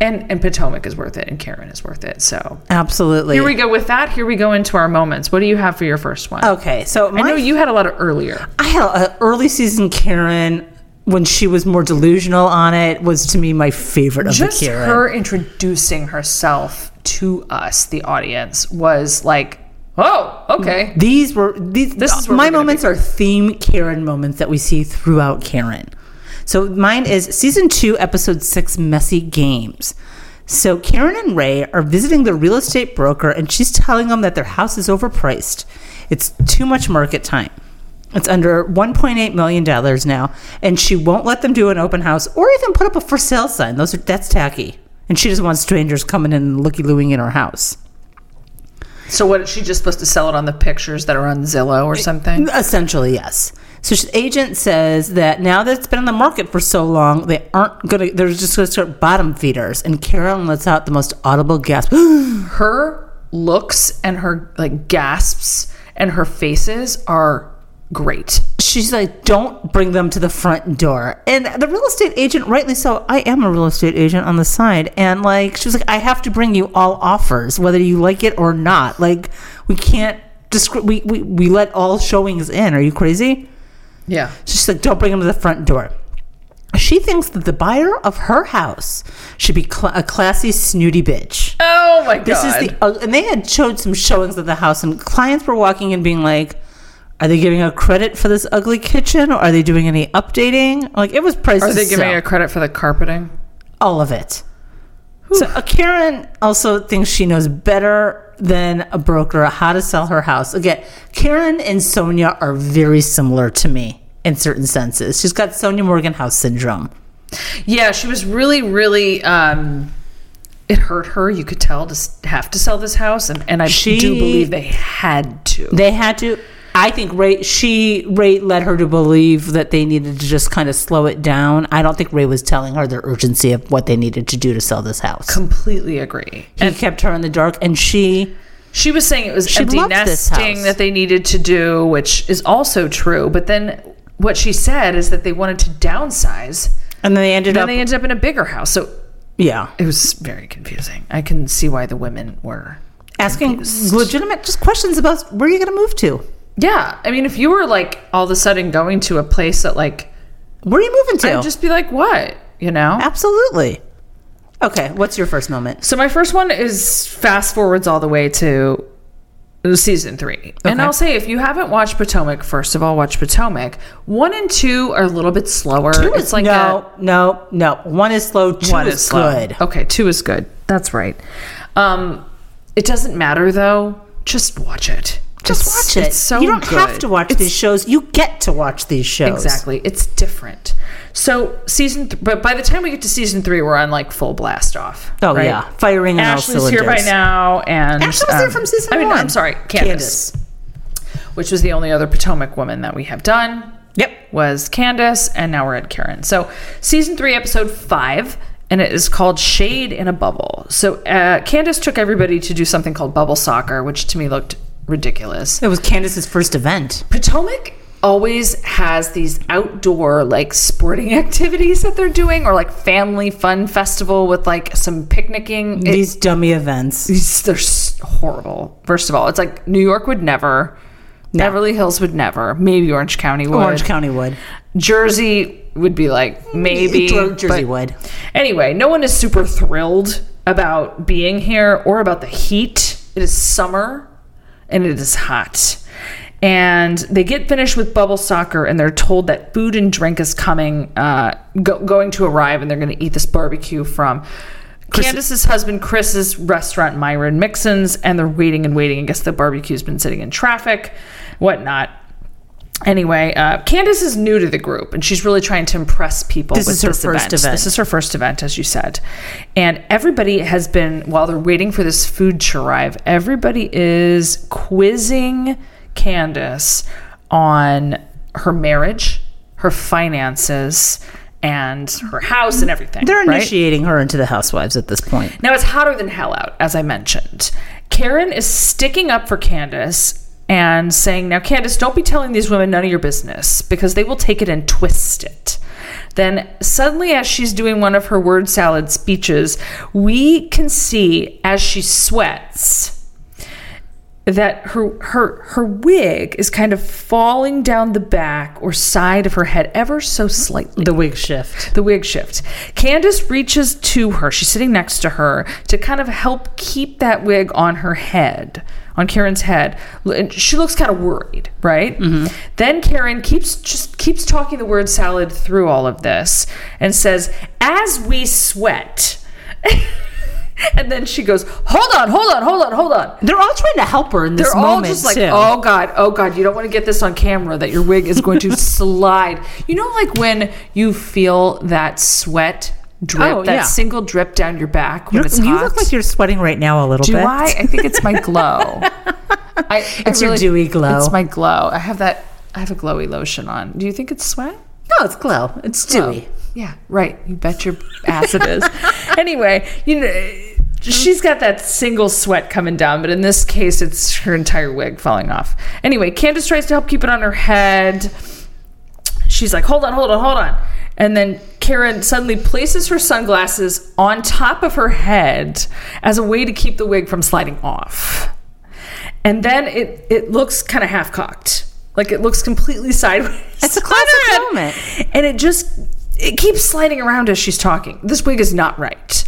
And and Potomac is worth it and Karen is worth it. So
Absolutely.
here we go with that. Here we go into our moments. What do you have for your first one?
okay, so Oh, my
I know you had a lot of earlier.
I had an early season Karen when she was more delusional on it was to me my favorite of
Just
the Karen.
her introducing herself to us, the audience, was like, oh, okay.
these were these. This
is where
my
we're gonna
moments are theme Karen moments that we see throughout Karen. So mine is season two, episode six, messy games. So Karen and Ray are visiting the real estate broker, and she's telling them that their house is overpriced. It's too much market time. It's under $1.8 million now, and she won't let them do an open house or even put up a for sale sign. Those are that's tacky. And she doesn't want strangers coming in and looky looing in her house. Mm.
So what is she just supposed to sell it on the pictures that are on Zillow or something?
Essentially, yes. So his agent says that now that it's been on the market for so long, they aren't gonna. They're just gonna start bottom feeders. And Carolyn lets out the most audible gasp.
Her looks and her like gasps and her faces are great.
She's like, "Don't bring them to the front door." And the real estate agent, rightly so, I am a real estate agent on the side, and like, she was like, "I have to bring you all offers, whether you like it or not. Like, we can't. Discri- we, we we let all showings in. Are you crazy?"
Yeah.
So she's like, don't bring him to the front door. She thinks that the buyer of her house should be cla a classy, snooty bitch.
Oh my god.
This is the uh, and they had showed some showings of the house, and clients were walking and being like, "Are they giving her credit for this ugly kitchen? Or are they doing any updating? Like it was priced.
Are they
to
giving
sell.
her credit for the carpeting?
all of it? So uh, Karen also thinks she knows better than a broker how to sell her house. Again, Karen and Sonia are very similar to me in certain senses. She's got Sonia Morgan house syndrome.
Yeah, she was really, really. Um, it hurt her. You could tell to s- have to sell this house, and, and I
She-
do believe they had to.
They had to. I think Ray. She Ray led her to believe that they needed to just kind of slow it down. I don't think Ray was telling her the urgency of what they needed to do to sell this house.
Completely agree.
He kept her in the dark, and she
She was saying it was
She
empty
loved this
nesting
house.
that they needed to do, which is also true. But then what she said is that they wanted to downsize,
and then they ended
and
up.
they ended up in a bigger house. So
yeah,
it was very confusing. I can see why the women were.
asking legitimate just questions about where you're going to move to.
Yeah, I mean, if you were like all of a sudden going to a place that like,
Where are you moving to?
I'd just be like, what, you know?
Absolutely. Okay, what's your first moment?
So my first one is fast forwards all the way to season three. And
Okay.
I'll say if you haven't watched Potomac, first of all, watch Potomac. One and two are a little bit slower. it's like a-
no, no, no. One is slow. Two
one
is,
is slow.
good.
Okay, two is good. That's right. Um, it doesn't matter though. Just watch it.
Just
It's-
watch it.
It's so
you don't have
good.
to watch
It's-
these shows. You get to watch these shows.
Exactly. It's different. So season, th- but by the time we get to season three, we're on like full blast off.
Oh
right?
yeah, firing on all
Ashley's here by
cylinders.
now, and um,
Ashley was there from season
I mean,
one.
I'm sorry, Candace, which was the only other Potomac woman that we have done
Yep.
was Candace, and now we're at Karen. So, season three, episode five, and it is called Shade in a Bubble. So, uh, Candace took everybody to do something called bubble soccer, which to me looked ridiculous.
It was Candace's first event.
Potomac always has these outdoor like sporting activities that they're doing or like family fun festival with like some picnicking It-
These dummy events.
these they're s- horrible first of all it's like new york would never beverly hills would never maybe orange county would
Orange County would.
jersey would be like maybe
Jer- Jersey
but-
would.
Anyway, no one is super thrilled about being here or about the heat. It is summer and it is hot. And they get finished with bubble soccer and they're told that food and drink is coming, uh, go- going to arrive, and they're going to eat this barbecue from. Candace's husband Chris's restaurant Myron Mixon's, and they're waiting and waiting. I guess the barbecue's been sitting in traffic, whatnot. Anyway, uh, Candace is new to the group, and she's really trying to impress people.
This
with
is her
this
first event.
This is her first event, as you said, and everybody has been while they're waiting for this food to arrive. Everybody is quizzing Candace on her marriage, her finances, and her house and everything.
They're
right?
initiating her into the housewives at this point.
Now it's hotter than hell out, as I mentioned. Karen is sticking up for Candace and saying, Now, Candace, don't be telling these women none of your business because they will take it and twist it. Then, suddenly, as she's doing one of her word salad speeches, we can see as she sweats that her her her wig is kind of falling down the back or side of her head ever so slightly
The wig shift.
the wig shift. Candace reaches to her. She's sitting next to her to kind of help keep that wig on her head, on Karen's head. L- and She looks kind of worried, right? Then Karen keeps just keeps talking the word salad through all of this and says, "As we sweat." and then she goes, "Hold on, hold on, hold on, hold on."
They're all trying to help her in this
They're all
moment
just like,
too.
oh god, oh god, you don't want to get this on camera that your wig is going to slide. You know, like when you feel that sweat drip,
Oh,
that
yeah.
single drip down your back when
You're-
it's
you
hot.
look like you're sweating right now a little
Do
bit.
I? I think it's my glow. I,
It's your dewy glow.
It's my glow. I have that. I have a glowy lotion on. Do you think it's sweat?
No, it's glow. It's dewy.
Yeah, right. You bet your ass it is. anyway, you know, she's got that single sweat coming down, but in this case, it's her entire wig falling off. Anyway, Candace tries to help keep it on her head. She's like, hold on, hold on, hold on. And then Karen suddenly places her sunglasses on top of her head as a way to keep the wig from sliding off. And then it, it looks kind of half cocked. Like it looks completely sideways.
It's a
on her head.
classic moment.
And it just it keeps sliding around as she's talking. This wig is not right.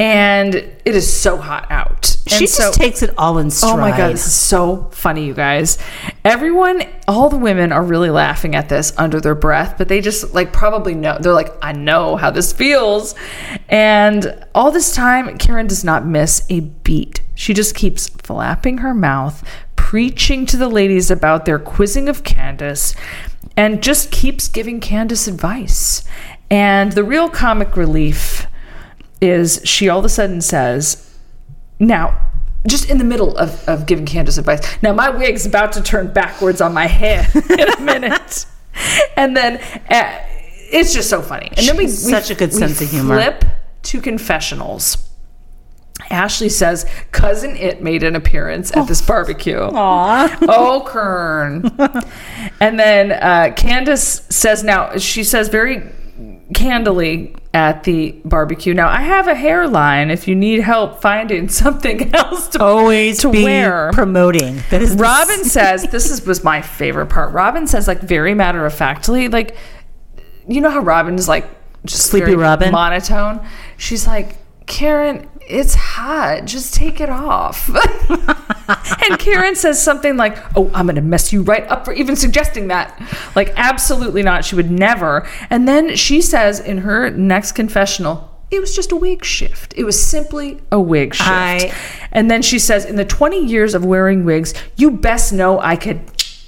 and it is so hot out.
She
and
just
so,
takes it all in stride.
Oh my god, this is so funny, you guys. Everyone, all the women are really laughing at this under their breath, but they just like probably know. They're like, I know how this feels. And all this time, Karen does not miss a beat. She just keeps flapping her mouth, preaching to the ladies about their quizzing of Candace, and just keeps giving Candace advice. And the real comic relief is she all of a sudden says, now, just in the middle of, of giving Candace advice, now my wig's about to turn backwards on my head in a minute. and then uh, it's just so funny. And then we, we
She's such a good
we
sense of humor.
Flip to confessionals. Ashley says, "Cousin It made an appearance at this barbecue." oh, Kern. and then uh, Candace says, "Now she says very candidly at the barbecue. Now I have a hairline. If you need help finding something else to
always
to
be
wear,
promoting. That is the
Robin says this is was my favorite part. Robin says like very matter of factly, like you know how Robin's like just
Sleepy
very
Robin?
monotone. She's like Karen, it's hot. Just take it off. and Karen says something like, "Oh, I'm going to mess you right up for even suggesting that." Like absolutely not. She would never. And then she says in her next confessional. It was just a wig shift. It was simply a wig shift.
I-
And then she says, In the 20 years of wearing wigs, you best know I could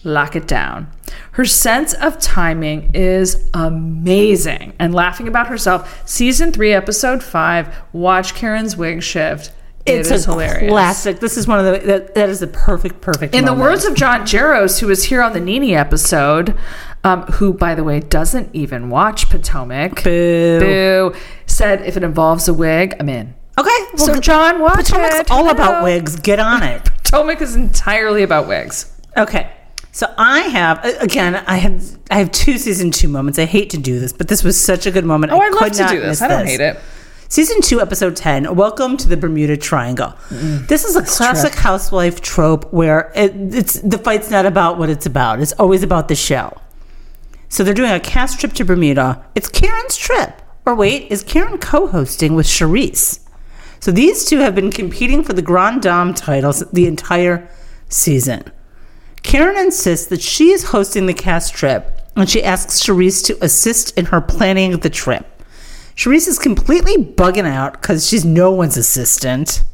lock it down. Her sense of timing is amazing. And laughing about herself, season three, episode five, watch Karen's wig shift. It
it's
is
a
hilarious.
classic. This is one of the that, that is the perfect perfect.
In the
moment.
words of John Jaros, who was here on the Nini episode, um, who, by the way, doesn't even watch Potomac,
Boo.
Boo, said, if it involves a wig, I'm in.
okay, well,
So, John, watch it.
Potomac's all about
Hello.
wigs. Get on it.
Potomac is entirely about wigs.
Okay. So I have a- again. I have I have two season two moments. I hate to do this, but this was such a good moment.
Oh, I love
could
to
not
do this.
miss
I don't hate it.
Season two, episode ten. Welcome to the Bermuda Triangle. This is a classic housewife trope where it, it's the fight's not about what it's about. It's always about the show. So they're doing a cast trip to Bermuda. It's Karen's trip. Or wait, is Karen co-hosting with Charisse? So these two have been competing for the Grand Dame titles the entire season. Karen insists that she is hosting the cast trip and she asks Charisse to assist in her planning of the trip. Charisse is completely bugging out because she's no one's assistant.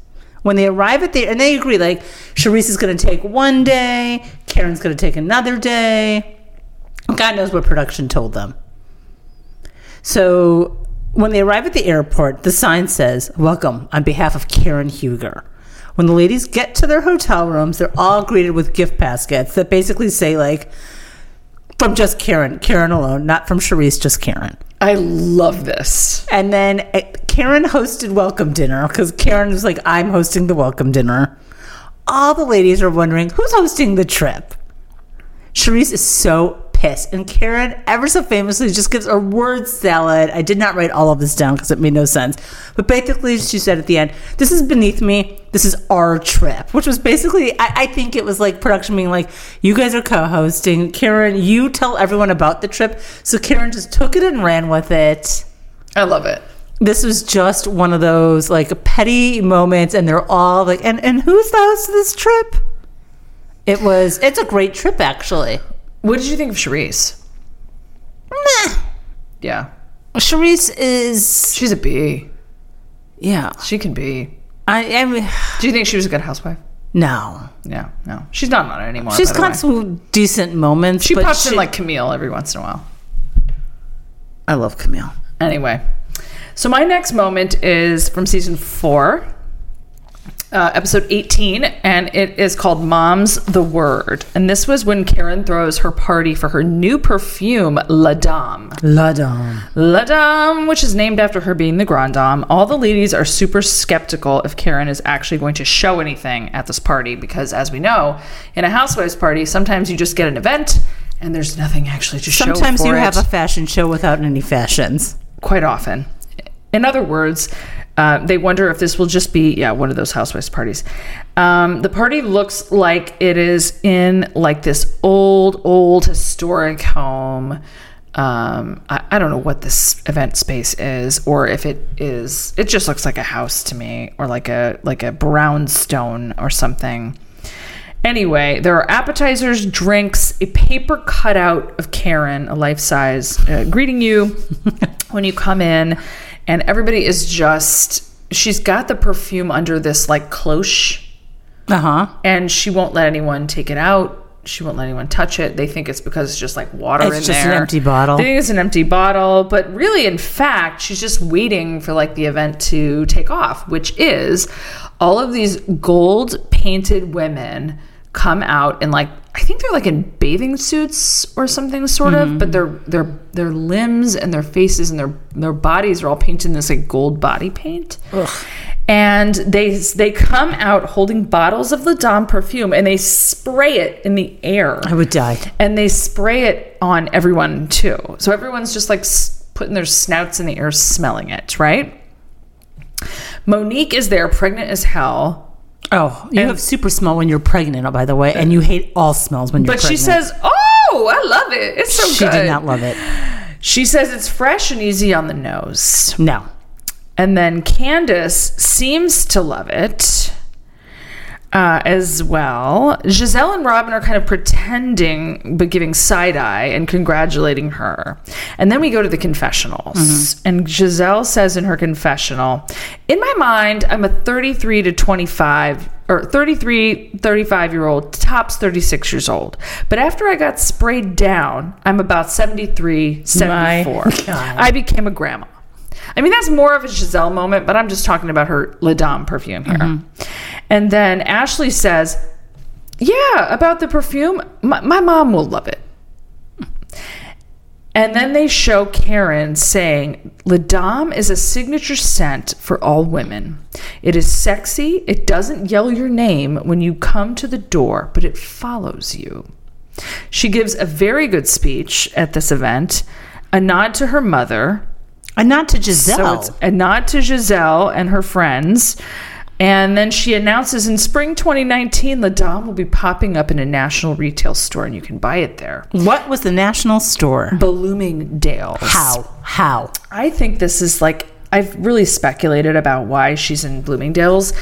When they arrive at the, and they agree, like, Charisse is going to take one day, Karen's going to take another day. God knows what production told them. So when they arrive at the airport, the sign says, Welcome on behalf of Karen Huger. When the ladies get to their hotel rooms, they're all greeted with gift baskets that basically say, like, from just Karen, Karen alone, not from Charisse, just Karen.
I love this.
And then uh, Karen hosted welcome dinner because Karen was like, I'm hosting the welcome dinner. All the ladies are wondering who's hosting the trip. Charisse is so pissed. And Karen, ever so famously, just gives a word salad. I did not write all of this down because it made no sense. But basically, she said at the end, This is beneath me. This is our trip, which was basically, I, I think it was like production being like, You guys are co hosting. Karen, you tell everyone about the trip. So Karen just took it and ran with it
I love it.
this was just one of those like petty moments and they're all like and and who's the host of this trip it was it's a great trip actually
What did you think of Charisse?
Meh.
Yeah.
Charisse is
She's a B.
yeah
She can be.
I, I mean
Do you think she was a good housewife?
no
No, no. She's not on it anymore.
she's
by the way.
got some decent moments
She
but
pops in like Camille every once in a while.
I love Camille
Anyway, so my next moment is from season four, uh, episode 18, and it is called Mom's the Word. And this was when Karen throws her party for her new perfume, La Dame.
La Dame
La Dame, which is named after her being the Grand Dame, all the ladies are super skeptical if Karen is actually going to show anything at this party because, as we know, in a housewives party, sometimes you just get an event and there's nothing actually to show.
sometimes
for
you
it
have a fashion show without any fashions
quite often. In other words, uh, they wonder if this will just be yeah one of those housewives parties. Um, the party looks like it is in like this old, old historic home. um, I, I don't know what this event space is or if it is it just looks like a house to me or like a like a brownstone or something anyway there are appetizers drinks a paper cutout of karen a life size uh, greeting you when you come in and everybody is just she's got the perfume under this like cloche
Uh huh.
and she won't let anyone take it out. She won't let anyone touch it. They think it's because it's just like water
It's
in
just an
there.
empty bottle.
They think it's an empty bottle, but really, in fact, she's just waiting for like the event to take off, which is all of these gold painted women come out and like I think they're like in bathing suits or something sort of, but their their their limbs and their faces and their their bodies are all painted in this like gold body paint. And they they come out holding bottles of the Dom perfume and they spray it in the air
I would die.
and they spray it on everyone too. So everyone's just like s- putting their snouts in the air, smelling it, right? Monique is there, pregnant as hell,
Oh, you have super smell when you're pregnant, oh, by the way, and you hate all smells when you're
but she
pregnant.
says, "Oh, I love it. It's so
she
good."
did not love it.
She says it's fresh and easy on the nose,
No.
and then Candace seems to love it. Uh, as well, Giselle and Robin are kind of pretending but giving side eye and congratulating her. And then we go to the confessionals. And Giselle says in her confessional, In my mind, I'm a 33 to 25 or 33, 35 year old, tops 36 years old. But after I got sprayed down, I'm about 73, 74.
God.
I became a grandma. I mean, that's more of a Giselle moment, but I'm just talking about her Ladom perfume here. And then Ashley says, Yeah, about the perfume, my, my mom will love it. And then they show Karen saying, Ladom is a signature scent for all women. It is sexy, it doesn't yell your name when you come to the door, but it follows you. She gives a very good speech at this event, a nod to her mother,
And not to
so
Giselle.
it's a nod to Giselle and her friends. And then she announces in spring 2019, La Dame will be popping up in a national retail store and you can buy it there.
what was the national store?
Bloomingdale's.
How? How?
I think this is like, I've really speculated about why she's in Bloomingdale's.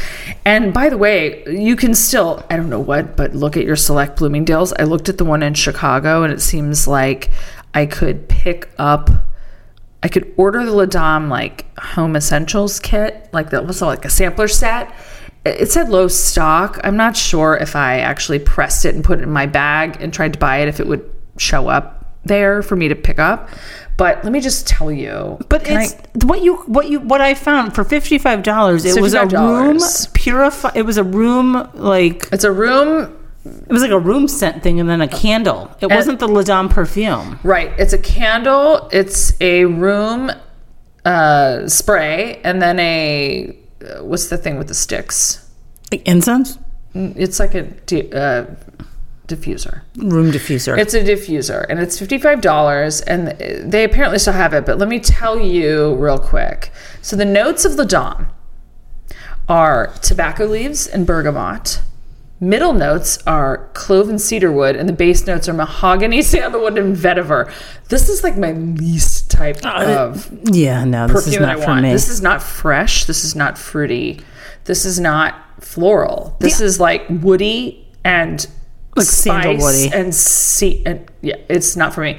And by the way, you can still, I don't know what, but look at your select Bloomingdale's. I looked at the one in Chicago and it seems like I could pick up I could order the Ladom like home essentials kit, like that was like a sampler set. It it said low stock. I'm not sure if I actually pressed it and put it in my bag and tried to buy it if it would show up there for me to pick up. But let me just tell you.
But
Can I-
it's what you what you what I found for fifty five dollars. It was a room
$55.
purify. It was a room like
it's a room
it was like a room scent thing, and then a candle. It wasn't the Ladom perfume.
Right. It's a candle. It's a room uh, spray, and then a uh, what's the thing with the sticks?
Like incense,
N- It's like a di- uh, diffuser.
room diffuser.
It's a diffuser, and it's fifty five dollars, and th- they apparently still have it. But let me tell you real quick. So the notes of the Dom are tobacco leaves and bergamot. Middle notes are clove and cedar wood, and the base notes are mahogany, sandalwood, and vetiver. This is like my least type of
yeah, no, this is
perfume that
not
I
for
want.
me.
This is not fresh. This is not fruity. This is not floral. This is like woody and
Like
spice
sandalwoody.
and sea. And yeah, it's not for me.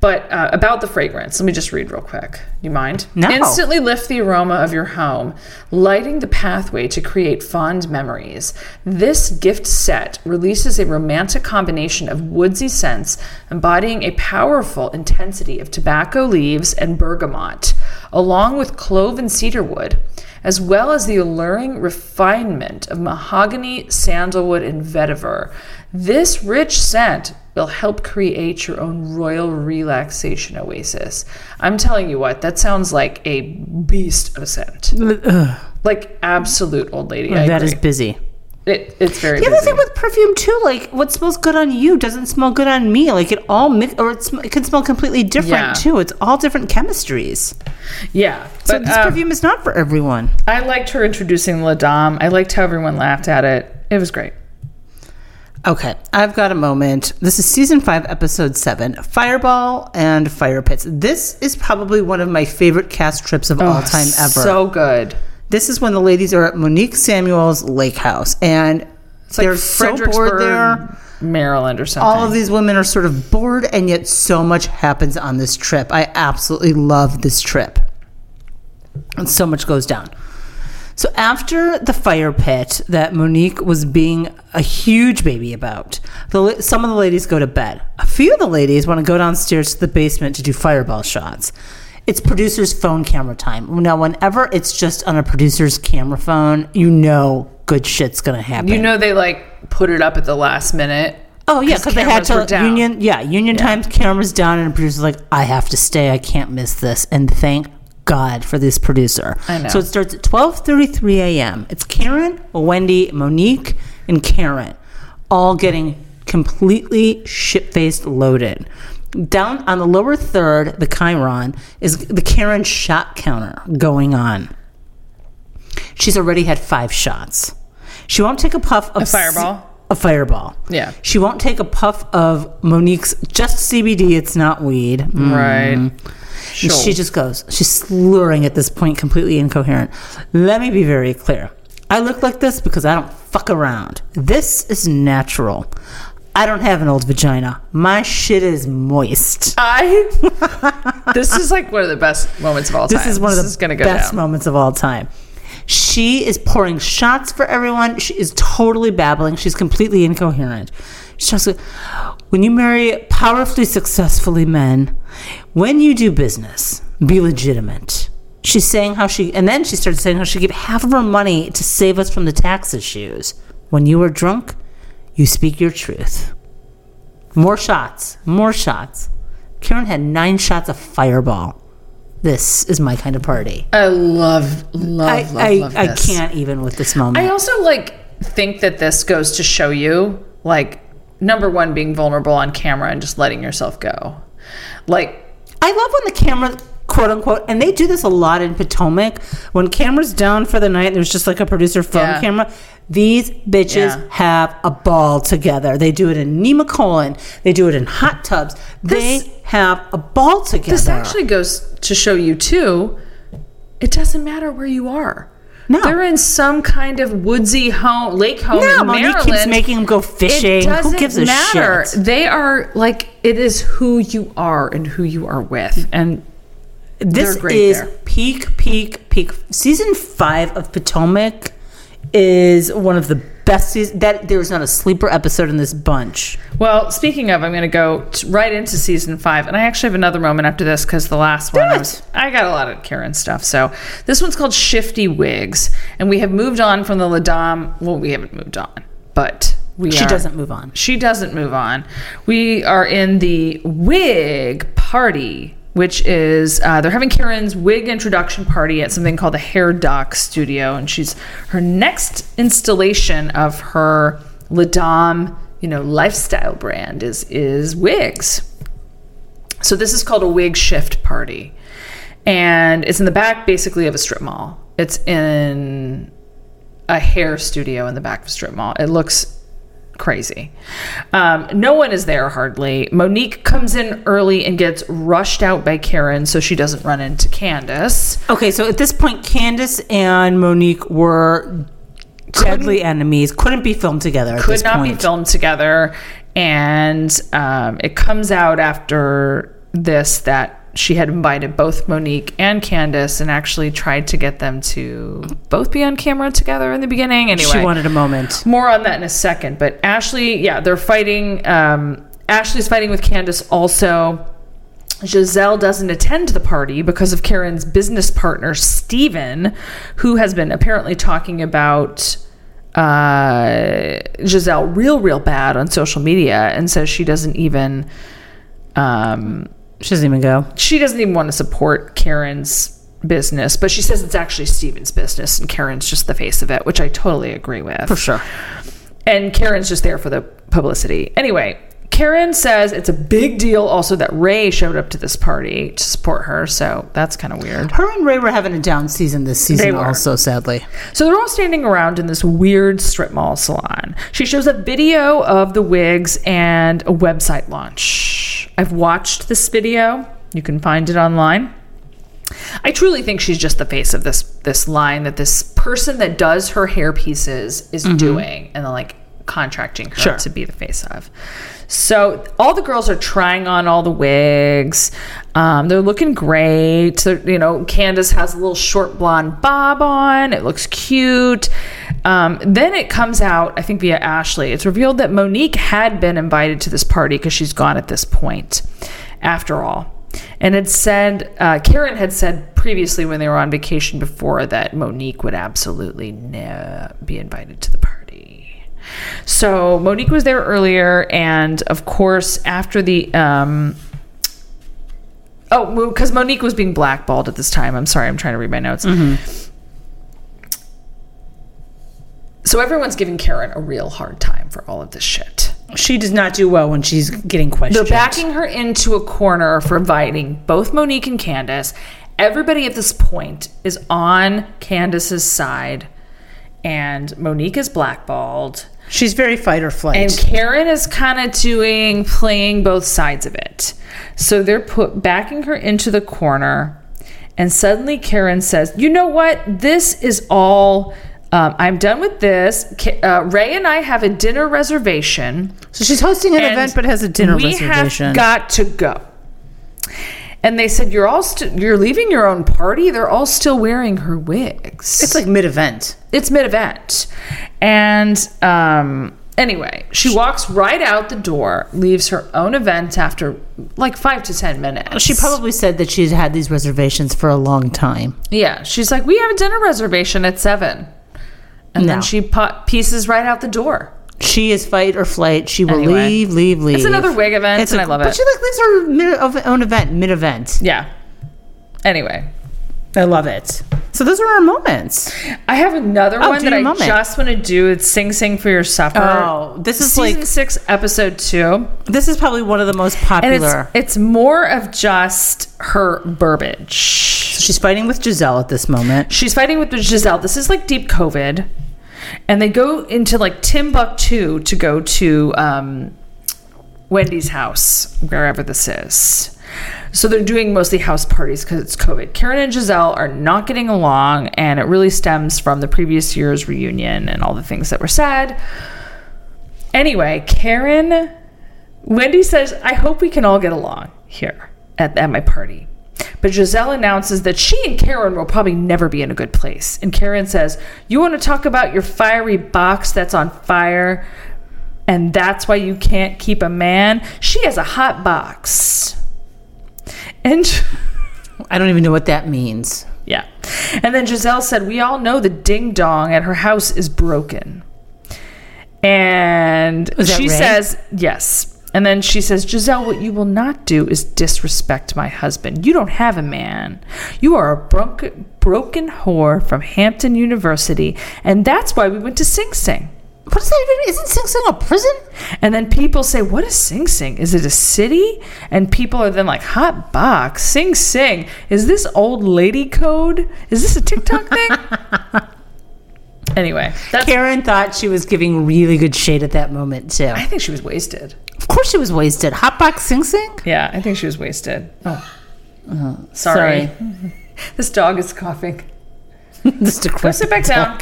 But uh, about the fragrance, let me just read real quick. You mind?
No.
Instantly lift the aroma of your home, lighting the pathway to create fond memories. This gift set releases a romantic combination of woodsy scents, embodying a powerful intensity of tobacco leaves and bergamot, along with clove and cedar wood, as well as the alluring refinement of mahogany, sandalwood, and vetiver. This rich scent will help create your own royal relaxation oasis. I'm telling you what, that sounds like a beast of a scent. Like absolute old lady. I
that is
agree.
busy.
it, it's very
The other
busy.
thing with perfume too, like what smells good on you doesn't smell good on me. Like it all mix, or it, sm- it can smell completely different
Yeah.
too. It's all different chemistries.
yeah,
So
but
this
um,
perfume is not for everyone.
I liked her introducing La Dame. I liked how everyone laughed at it. It was great.
Okay, I've got a moment. This is season five, episode seven Fireball and Fire Pits. This is probably one of my favorite cast trips of all time ever.
Oh, So good.
this is when the ladies are at Monique Samuel's lake house, and
It's like
they're so bored there.
Maryland or something.
All of these women are sort of bored, and yet so much happens on this trip. I absolutely love this trip. And so much goes down. So, after the fire pit that Monique was being a huge baby about, the, la- some of the ladies go to bed. A few of the ladies want to go downstairs to the basement to do fireball shots. It's producer's phone camera time. Now, whenever it's just on a producer's camera phone, you know good shit's going to happen.
you know they like put it up at the last minute.
Oh yeah,
'Cause
because they had
cameras were
to
down.
union. Yeah, union times cameras down, and the producer's like, "I have to stay. I can't miss this." And thank God for this producer.
I know.
So it starts at twelve thirty three a.m. It's Karen, Wendy, Monique, and Karen, all getting completely shit faced loaded. Down on the lower third, the Chiron is the Karen shot counter going on. She's already had five shots. She won't take a puff of
A Fireball?
c- a fireball.
Yeah.
She won't take a puff of Monique's just CBD. It's not weed. Mm.
Right. Sure.
She just goes. She's slurring at this point, completely incoherent. Let me be very clear. I look like this because I don't fuck around. This is natural. I don't have an old vagina. My shit is moist.
I. this is like one of the best moments of all time.
This is one of the
gonna go
best
down.
moments of all time. She is pouring shots for everyone. She is totally babbling. She's completely incoherent. She's just like, when you marry powerfully successfully men, when you do business, be legitimate. She's saying how she, and then she starts saying how she gave half of her money to save us from the tax issues. When you are drunk, you speak your truth. More shots, more shots. Karen had nine shots of fireball. This is my kind of party.
I love, love,
I,
love,
I,
love
I
this.
can't even with this moment.
I also like think that this goes to show you like number one being vulnerable on camera and just letting yourself go. Like
I love when the camera, quote unquote, and they do this a lot in Potomac. When camera's down for the night, and there's just like a producer phone
Yeah.
camera. These bitches
Yeah.
have a ball together. They do it in Nema Colon. They do it in hot tubs.
This-
they have a ball together.
this actually goes to show you too. It doesn't matter where you are.
No.
They're in some kind of woodsy home, lake home
no,
in
Monique
Maryland.
keeps making them go
it
fishing.
doesn't
Who gives a
matter.
shit?
They are like it is who you are and who you are with, and
This
They're great
is
there.
peak, peak, peak. Season five of Potomac is one of the best. Season, that there is not a sleeper episode in this bunch.
Well, speaking of, I'm going to go t- right into season five, and I actually have another moment after this because the last one I,
it.
was, I got a lot of Karen stuff. So this one's called Shifty Wigs, and we have moved on from the Ladam. Well, we haven't moved on, but we
She
are-
doesn't move on.
She doesn't move on. We are in the wig party, which is uh, they're having Karen's wig introduction party at something called the Hair Doc Studio, and she's her next installation of her Ladam, you know, lifestyle brand is is wigs. So this is called a wig shift party, and it's in the back basically of a strip mall. It's in a hair studio in the back of a strip mall. It looks crazy. Um, no one is there hardly. Monique comes in early and gets rushed out by Karen so she doesn't run into Candace.
Okay, so at this point, Candace and Monique were deadly enemies. Couldn't be filmed together. At
could
this
not
point.
be filmed together. And um, it comes out after this that she had invited both Monique and Candace and actually tried to get them to both be on camera together in the beginning. Anyway,
She wanted a moment.
More on that in a second. But Ashley, yeah, they're fighting. Um, Ashley's fighting with Candace also. Giselle doesn't attend the party because of Karen's business partner, Steven, who has been apparently talking about uh, Giselle real, real bad on social media and says she doesn't even. Um,
She doesn't even go.
she doesn't even want to support Karen's business, but she says it's actually Steven's business and Karen's just the face of it, which I totally agree with
sure.
and Karen's just there for the publicity. Anyway, Karen says it's a big deal also that Ray showed up to this party to support her, so that's kind of weird.
Her and Ray were having a down season this season,
They were.
also, sadly.
So they're all standing around in this weird strip mall salon. She shows a video of the wigs and a website launch. I've watched this video. You can find it online. I truly think she's just the face of this this line that this person that does her hair pieces is doing and then like contracting her
Sure.
to be the face of. So all the girls are trying on all the wigs. Um, they're looking great. They're- you know, Candace has a little short blonde bob on. It looks cute. Um, then it comes out, I think via Ashley, it's revealed that Monique had been invited to this party because she's gone at this point. After all, and had said, uh, Karen had said previously when they were on vacation before that Monique would absolutely ne- be invited to the party. So Monique was there earlier, and of course, after the. Um, oh, because Monique was being blackballed at this time. I'm sorry, I'm trying to read my notes. So everyone's giving Karen a real hard time for all of this shit.
She does not do well when she's getting
They're
questioned.
backing her into a corner for inviting both Monique and Candace. Everybody at this point is on Candace's side, and Monique is blackballed.
She's very fight or flight.
And Karen is kind of doing playing both sides of it. So they're put backing her into the corner, and suddenly Karen says, "You know what? This is all. Um, I'm done with this. K- uh, Ray and I have a dinner reservation."
so she's hosting an
and
event but has a dinner
we
reservation.
have got to go. And they said you're all st- you're leaving your own party. They're all still wearing her wigs.
it's like mid event.
it's mid event, and um, anyway, she walks right out the door, leaves her own event after like five to ten minutes.
Oh, She probably said that she's had these reservations for a long time.
yeah, she's like we have a dinner reservation at seven, and then
No.
she pu- pieces right out the door.
She is fight or flight. She will
Anyway.
leave, leave, leave.
It's another wig event, and
I
I love
But
it.
she like leaves her mid, of- own event, mid event.
yeah. Anyway,
I love it. So those are our moments.
I have another
Oh,
one
do
that
your
I
moment.
just want to do. It's Sing Sing for Your Supper.
Oh, this is
season
like-
six, episode two,
This is probably one of the most
and it's
popular.
it's more of just her Burbage.
She's fighting with Giselle at this moment.
She's fighting with Giselle. This is like deep COVID, and they go into like Timbuktu to go to um, Wendy's house, wherever this is. So they're doing mostly house parties because it's COVID. Karen and Giselle are not getting along, and it really stems from the previous year's reunion and all the things that were said. Anyway, Karen, Wendy says, I hope we can all get along here at, at my party. But Giselle announces that she and Karen will probably never be in a good place. And Karen says, You want to talk about your fiery box that's on fire? And that's why you can't keep a man? She has a hot box. And.
I don't even know what that means.
Yeah. And then Giselle said, We all know the ding dong at her house is broken. And
Was that
she
Ray?
says, Yes. And then she says, Giselle, what you will not do is disrespect my husband. You don't have a man. You are a brunk- broken whore from Hampton University. And that's why we went to Sing Sing.
What is that even? Isn't Sing Sing a prison?
And then people say, What is Sing Sing? Is it a city? And people are then like, Hot box, Sing Sing. Is this old lady code? Is this a TikTok thing? anyway, that's,
Karen thought she was giving really good shade at that moment too.
I think she was wasted.
Of course, she was wasted. Hotbox Sing Sing.
Yeah, I think she was wasted. Oh. sorry.
sorry.
this dog is coughing.
Just a
Go
quick.
sit back down.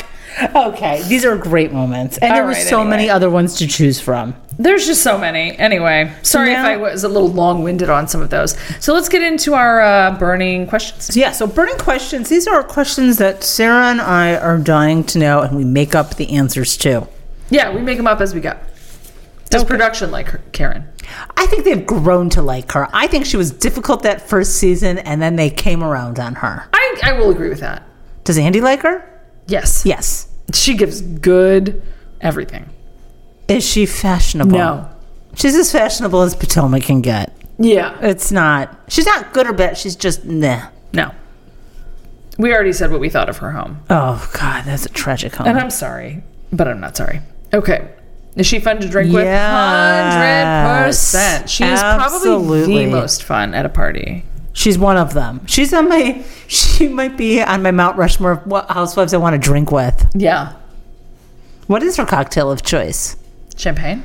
Okay, these are great moments, and
All
there were
right,
so many
anyway.
other ones to choose from.
There's just so many. Anyway, sorry
now-
if I was a little long winded on some of those. So let's get into our uh, burning questions.
So yeah, so burning questions. These are questions that Sarah and I are dying to know, and we make up the answers to.
Yeah, we make them up as we go. Does production like her, Karen?
I think they've grown to like her. I think she was difficult that first season, and then they came around on her.
I, I will agree with that.
Does Andy like her?
Yes.
Yes.
She gives good everything.
Is she fashionable? She's as fashionable as Potomac can get.
Yeah.
It's not. She's not good or bad. She's just nah.
No. We already said what we thought of her home.
Oh God, that's a tragic home.
And I'm sorry, but I'm not sorry. Okay. Is she fun to drink
Yes.
with? 100%. She is probably
Absolutely.
the most fun at a party.
She's one of them. She's on my. She might be on my Mount Rushmore of what housewives I want to drink with.
Yeah.
What is her cocktail of choice?
Champagne?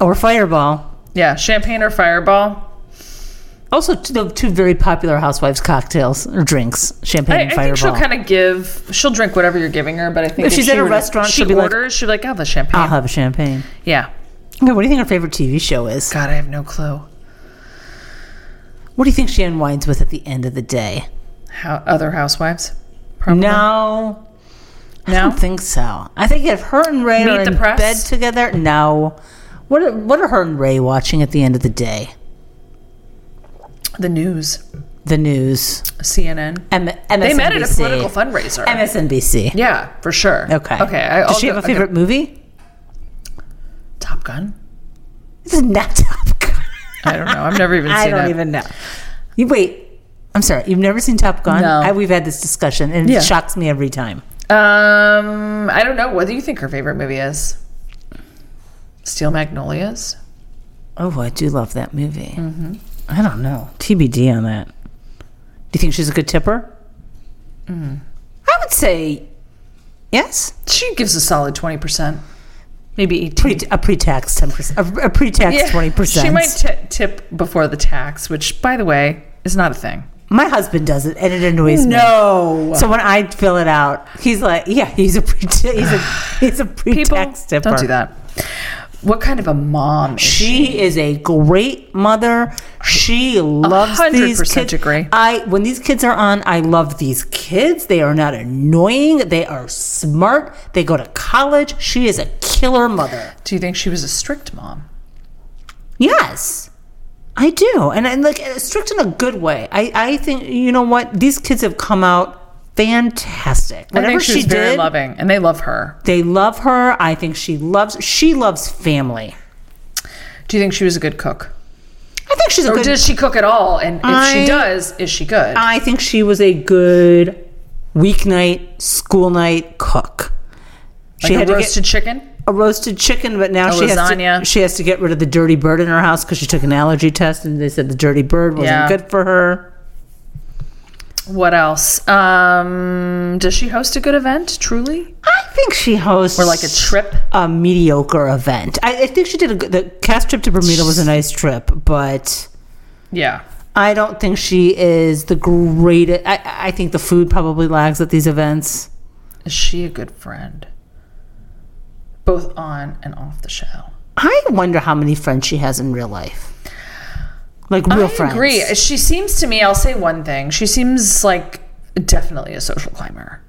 Or Fireball.
Yeah, champagne or fireball.
Also, two, the two very popular housewives cocktails or drinks: champagne
I, I
and
think she'll
Fireball.
kind of give. She'll drink whatever you're giving her, but I think
If she's
she
at a
were to-
restaurant,
she
she'll be like- Ah.
orders. she'll be like, "I'll have a champagne."
I'll have a champagne.
yeah.
Okay, what do you think her favorite TV show is?
God, I have no clue
What do you think she unwinds with at the end of the day?
how other housewives.
No, I
No?
don't think so. I think if her and Ray
Meet
are
the
in
press?
bed together, no. What are, what are her and Ray watching at the end of the day?
The news,
The news.
CNN.
M- MSNBC.
They met at a political fundraiser.
MSNBC.
yeah, for sure.
Okay.
Okay. I,
Does
I'll
she have
go-
a favorite movie?
okay. Top Gun?
It's not Top Gun.
I don't know. I've never even
I
seen
don't
it.
even know. You wait. I'm sorry. You've never seen Top Gun?
No.
I, we've had this discussion, and
Yeah.
it shocks me every time.
Um, I don't know. What do you think her favorite movie is? Steel Magnolias.
Oh, I do love that movie.
Mm-hmm.
I don't know. TBD on that. Do you think she's a good tipper?
Mm.
I would say yes.
She gives a solid twenty percent, maybe eighteen.
Pre- a pre-tax ten percent. A, a pre-tax twenty percent.
She might t- tip before the tax, which, by the way, is not a thing.
My husband does it, and it annoys me.
No.
So when I fill it out, he's like, "Yeah, he's a pre- he's a he's a
People
pre-tax tipper."
don't do that. What kind of a mom is she?
She is a great mother. She loves these
100%
kids.
agree.
I when these kids are on, I love these kids. They are not annoying. They are smart. They go to college. She is a killer mother.
Do you think she was a strict mom?
Yes. I do. And, and like strict in a good way. I, I think you know what? These kids have come out fantastic.
I
Whatever
think she was
she
very
did,
loving, and they love her.
they love her. I think she loves she loves family.
Do you think she was a good cook?
I think she's a
Or
good
does she cook at all? And if
I-
she does, is she good?
I think she was a good weeknight, school night cook.
like
She had
a
to
roasted chicken?
get a roasted chicken, but now
A
she has
lasagna.
to she has to get rid of the dirty bird in her house because she took an allergy test and they said the dirty bird wasn't
Yeah.
good for her.
What else? Um, does she host a good event? Truly,
I think she hosts
or like a trip?
a mediocre event. I, I think she did a good. The cast trip to Bermuda was a nice trip, but
Yeah.
I don't think she is the greatest. I, I think the food probably lags at these events.
Is she a good friend? Both on and off the show.
I wonder how many friends she has in real life. Like real
I
friends.
agree. She seems to me, I'll say one thing. She seems like definitely a social climber.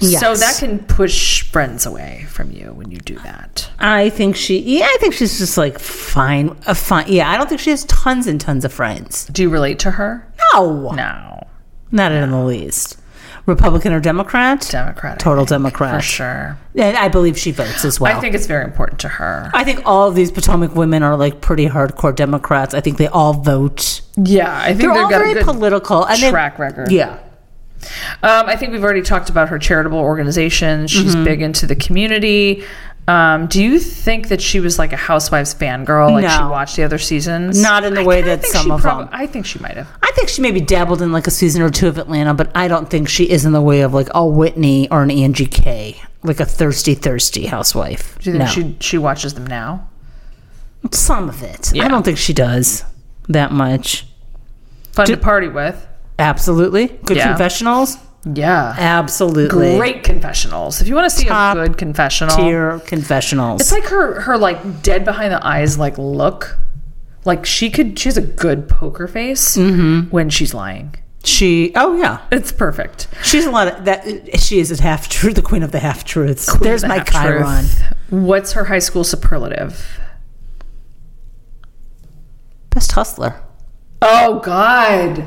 So
Yes.
that can push friends away from you when you do that.
I think she yeah, I think she's just like fine a fine yeah, I don't think she has tons and tons of friends.
Do you relate to her?
No.
No.
Not in the least. Republican or Democrat?
Democratic.
Total
For
Democrat.
sure.
And I believe she votes as well.
I think it's very important to her.
I think all of these Potomac women are like pretty hardcore Democrats. I think they all vote.
Yeah, I think
They're
they've
all
got a
very
good
political and they-
track record.
Yeah.
Um, I think we've already talked about her charitable organization. She's
Mm-hmm.
big into the community. Um, do you think that she was like a Housewives fangirl? Like she
No.
watched the other seasons?
Not in the
I
way
kinda
that
think
some
she
of
prob-
them.
I think she might have.
I think she maybe dabbled in like a season or two of Atlanta, but I don't think she is in the way of like a Whitney or an Angie K, like a thirsty, thirsty housewife.
Do you think
no.
she she watches them now?
Some of it.
Yeah.
I don't think she does that much.
Fun to party with.
Absolutely. Good
Yeah.
confessionals.
Yeah.
Absolutely.
Great confessionals. If you want to see
Top
a good confessional,
Tier confessionals.
it's like her her like dead behind the eyes like look. Like she could, she has a good poker face
Mm-hmm.
when she's lying.
she, oh yeah.
It's perfect.
She's a lot of that. She is a half truth, the queen of the half truths. There's my
half-truth.
Chiron.
What's her high school superlative?
Best hustler.
Oh God!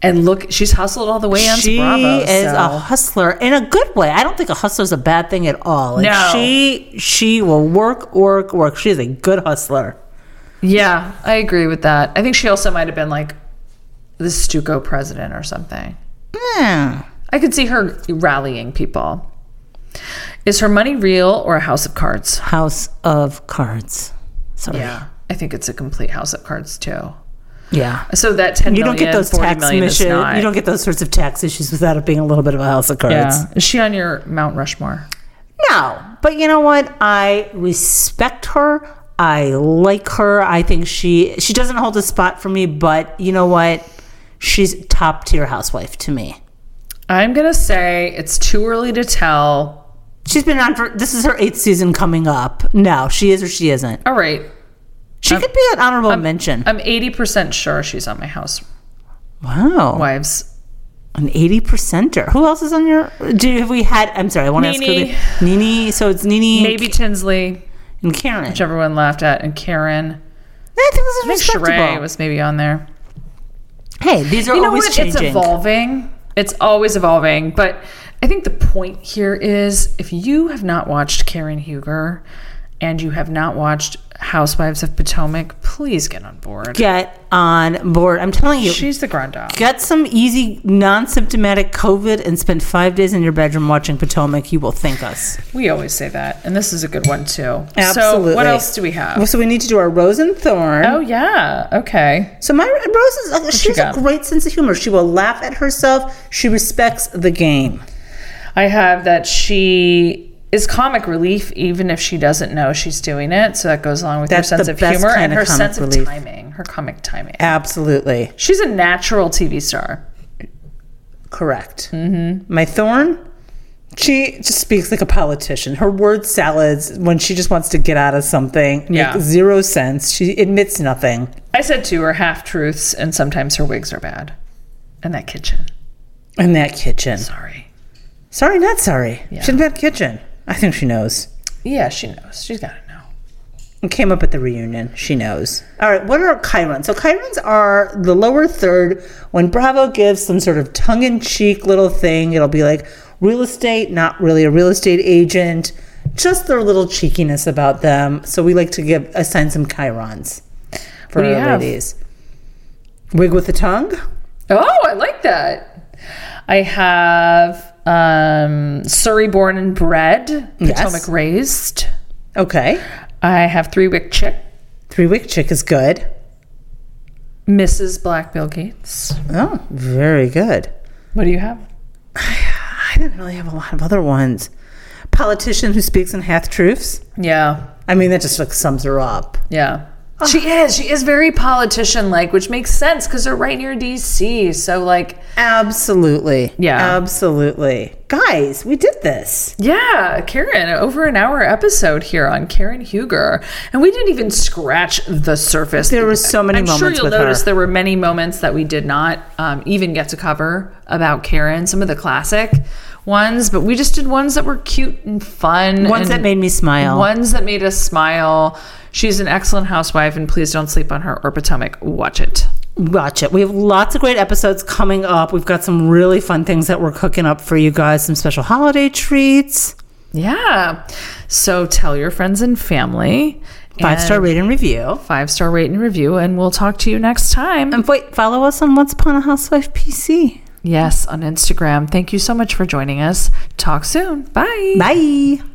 And look, she's hustled all the way on
she
Bravo.
is
so-
a hustler in a good way. I don't think a hustler is a bad thing at all. Like,
No.
she she will work, work, work. She is a good hustler.
yeah, I agree with that. I think she also might have been like the Stuco president or something.
Hmm.
I could see her rallying people. Is her money real or a house of cards?
House of Cards. Sorry.
Yeah. I think it's a complete house of cards too.
Yeah.
So that ten
You don't get
million,
those
40
tax
million is
mission.
not-
You don't get those sorts of tax issues without it being a little bit of a house of cards.
Yeah. Is she on your Mount Rushmore?
No, but you know what? I respect her. I like her. I think she she doesn't hold a spot for me, but you know what? She's top tier housewife to me.
I'm gonna say it's too early to tell.
She's been on for this is her eighth season coming up. No, she is or she isn't.
All right.
She
Um,
could be an honorable mention.
I'm 80% sure she's on my house
wow,
wives.
an eighty percenter. Who else is on your? Do you- have we had? I'm sorry, I want to ask who
Nene.
the- Nene. So it's Nene
Maybe Tinsley,
and Karen.
which everyone laughed at, and Karen.
I think this is
I think Sheree
respectable.
was maybe on there.
hey, these are
You know
always
what?
changing.
It's evolving. It's always evolving. But I think the point here is if you have not watched Karen Huger and you have not watched Housewives of Potomac, please get on board.
Get on board. I'm telling you,
She's the grand dame.
Get some easy, non symptomatic COVID and spend five days in your bedroom watching Potomac. You will thank us.
We always say that. And this is a good one, too. So, what
Absolutely.
else do we have?
so we need to do our Rose and Thorn.
Oh, yeah. Okay.
So my Rose is uh, she
you
has
got?
a great sense of humor. She will laugh at herself. She respects the game.
I have that she is comic relief even if she doesn't know she's doing it. So that goes along with
That's
her sense
the
of
best
humor
kind
and
of
her
comic
sense
relief.
of timing, her comic timing.
Absolutely
She's a natural TV star.
correct. Mm-hmm. My Thorn, she just speaks like a politician. Her word salads when she just wants to get out of something make
Yeah.
zero sense. She admits nothing.
I said to her half truths, and sometimes her wigs are bad. And that kitchen.
In that kitchen.
Sorry.
Sorry, not sorry.
Yeah.
She's in bad kitchen. I think she knows.
Yeah, she knows. She's got to know.
It came up at the reunion. She knows. All right, what are chirons? So chirons are the lower third when Bravo gives some sort of tongue-in-cheek little thing. It'll be like real estate, not really a real estate agent. Just their little cheekiness about them. So we like to give assign some chirons for
What do you
our
have?
ladies. Wig with the tongue.
Oh, I like that. I have um, Surrey born and bred,
Yes.
Potomac raised.
Okay.
I have three wick chick,
Three wick chick is good.
Mrs. Black Bill Gates.
Oh, very good.
What do you have?
I didn't really have a lot of other ones. Politician who speaks in half truths.
Yeah,
I mean, that just like sums her up.
yeah. She is. She is very politician like, which makes sense because they're right near DC. So, like,
Absolutely.
Yeah.
Absolutely. Guys, we did this.
yeah, Karen, over an hour episode here on Karen Huger. And we didn't even scratch the surface.
There were so many
I'm
moments
sure you'll
with
notice
her.
there were many moments that we did not um, even get to cover about Karen, some of the classic ones, but we just did ones that were cute and fun.
Ones that
and-
made me smile.
Ones that made us smile. She's an excellent housewife, and please don't sleep on her or Potomac. Watch it.
Watch it. We have lots of great episodes coming up. We've got some really fun things that we're cooking up for you guys, some special holiday treats.
Yeah. So tell your friends and family.
Five star rate and review.
Five star rate and review, and we'll talk to you next time.
And wait, follow us on Once Upon a Housewife PC.
Yes, on Instagram. Thank you so much for joining us. Talk soon. Bye.
Bye.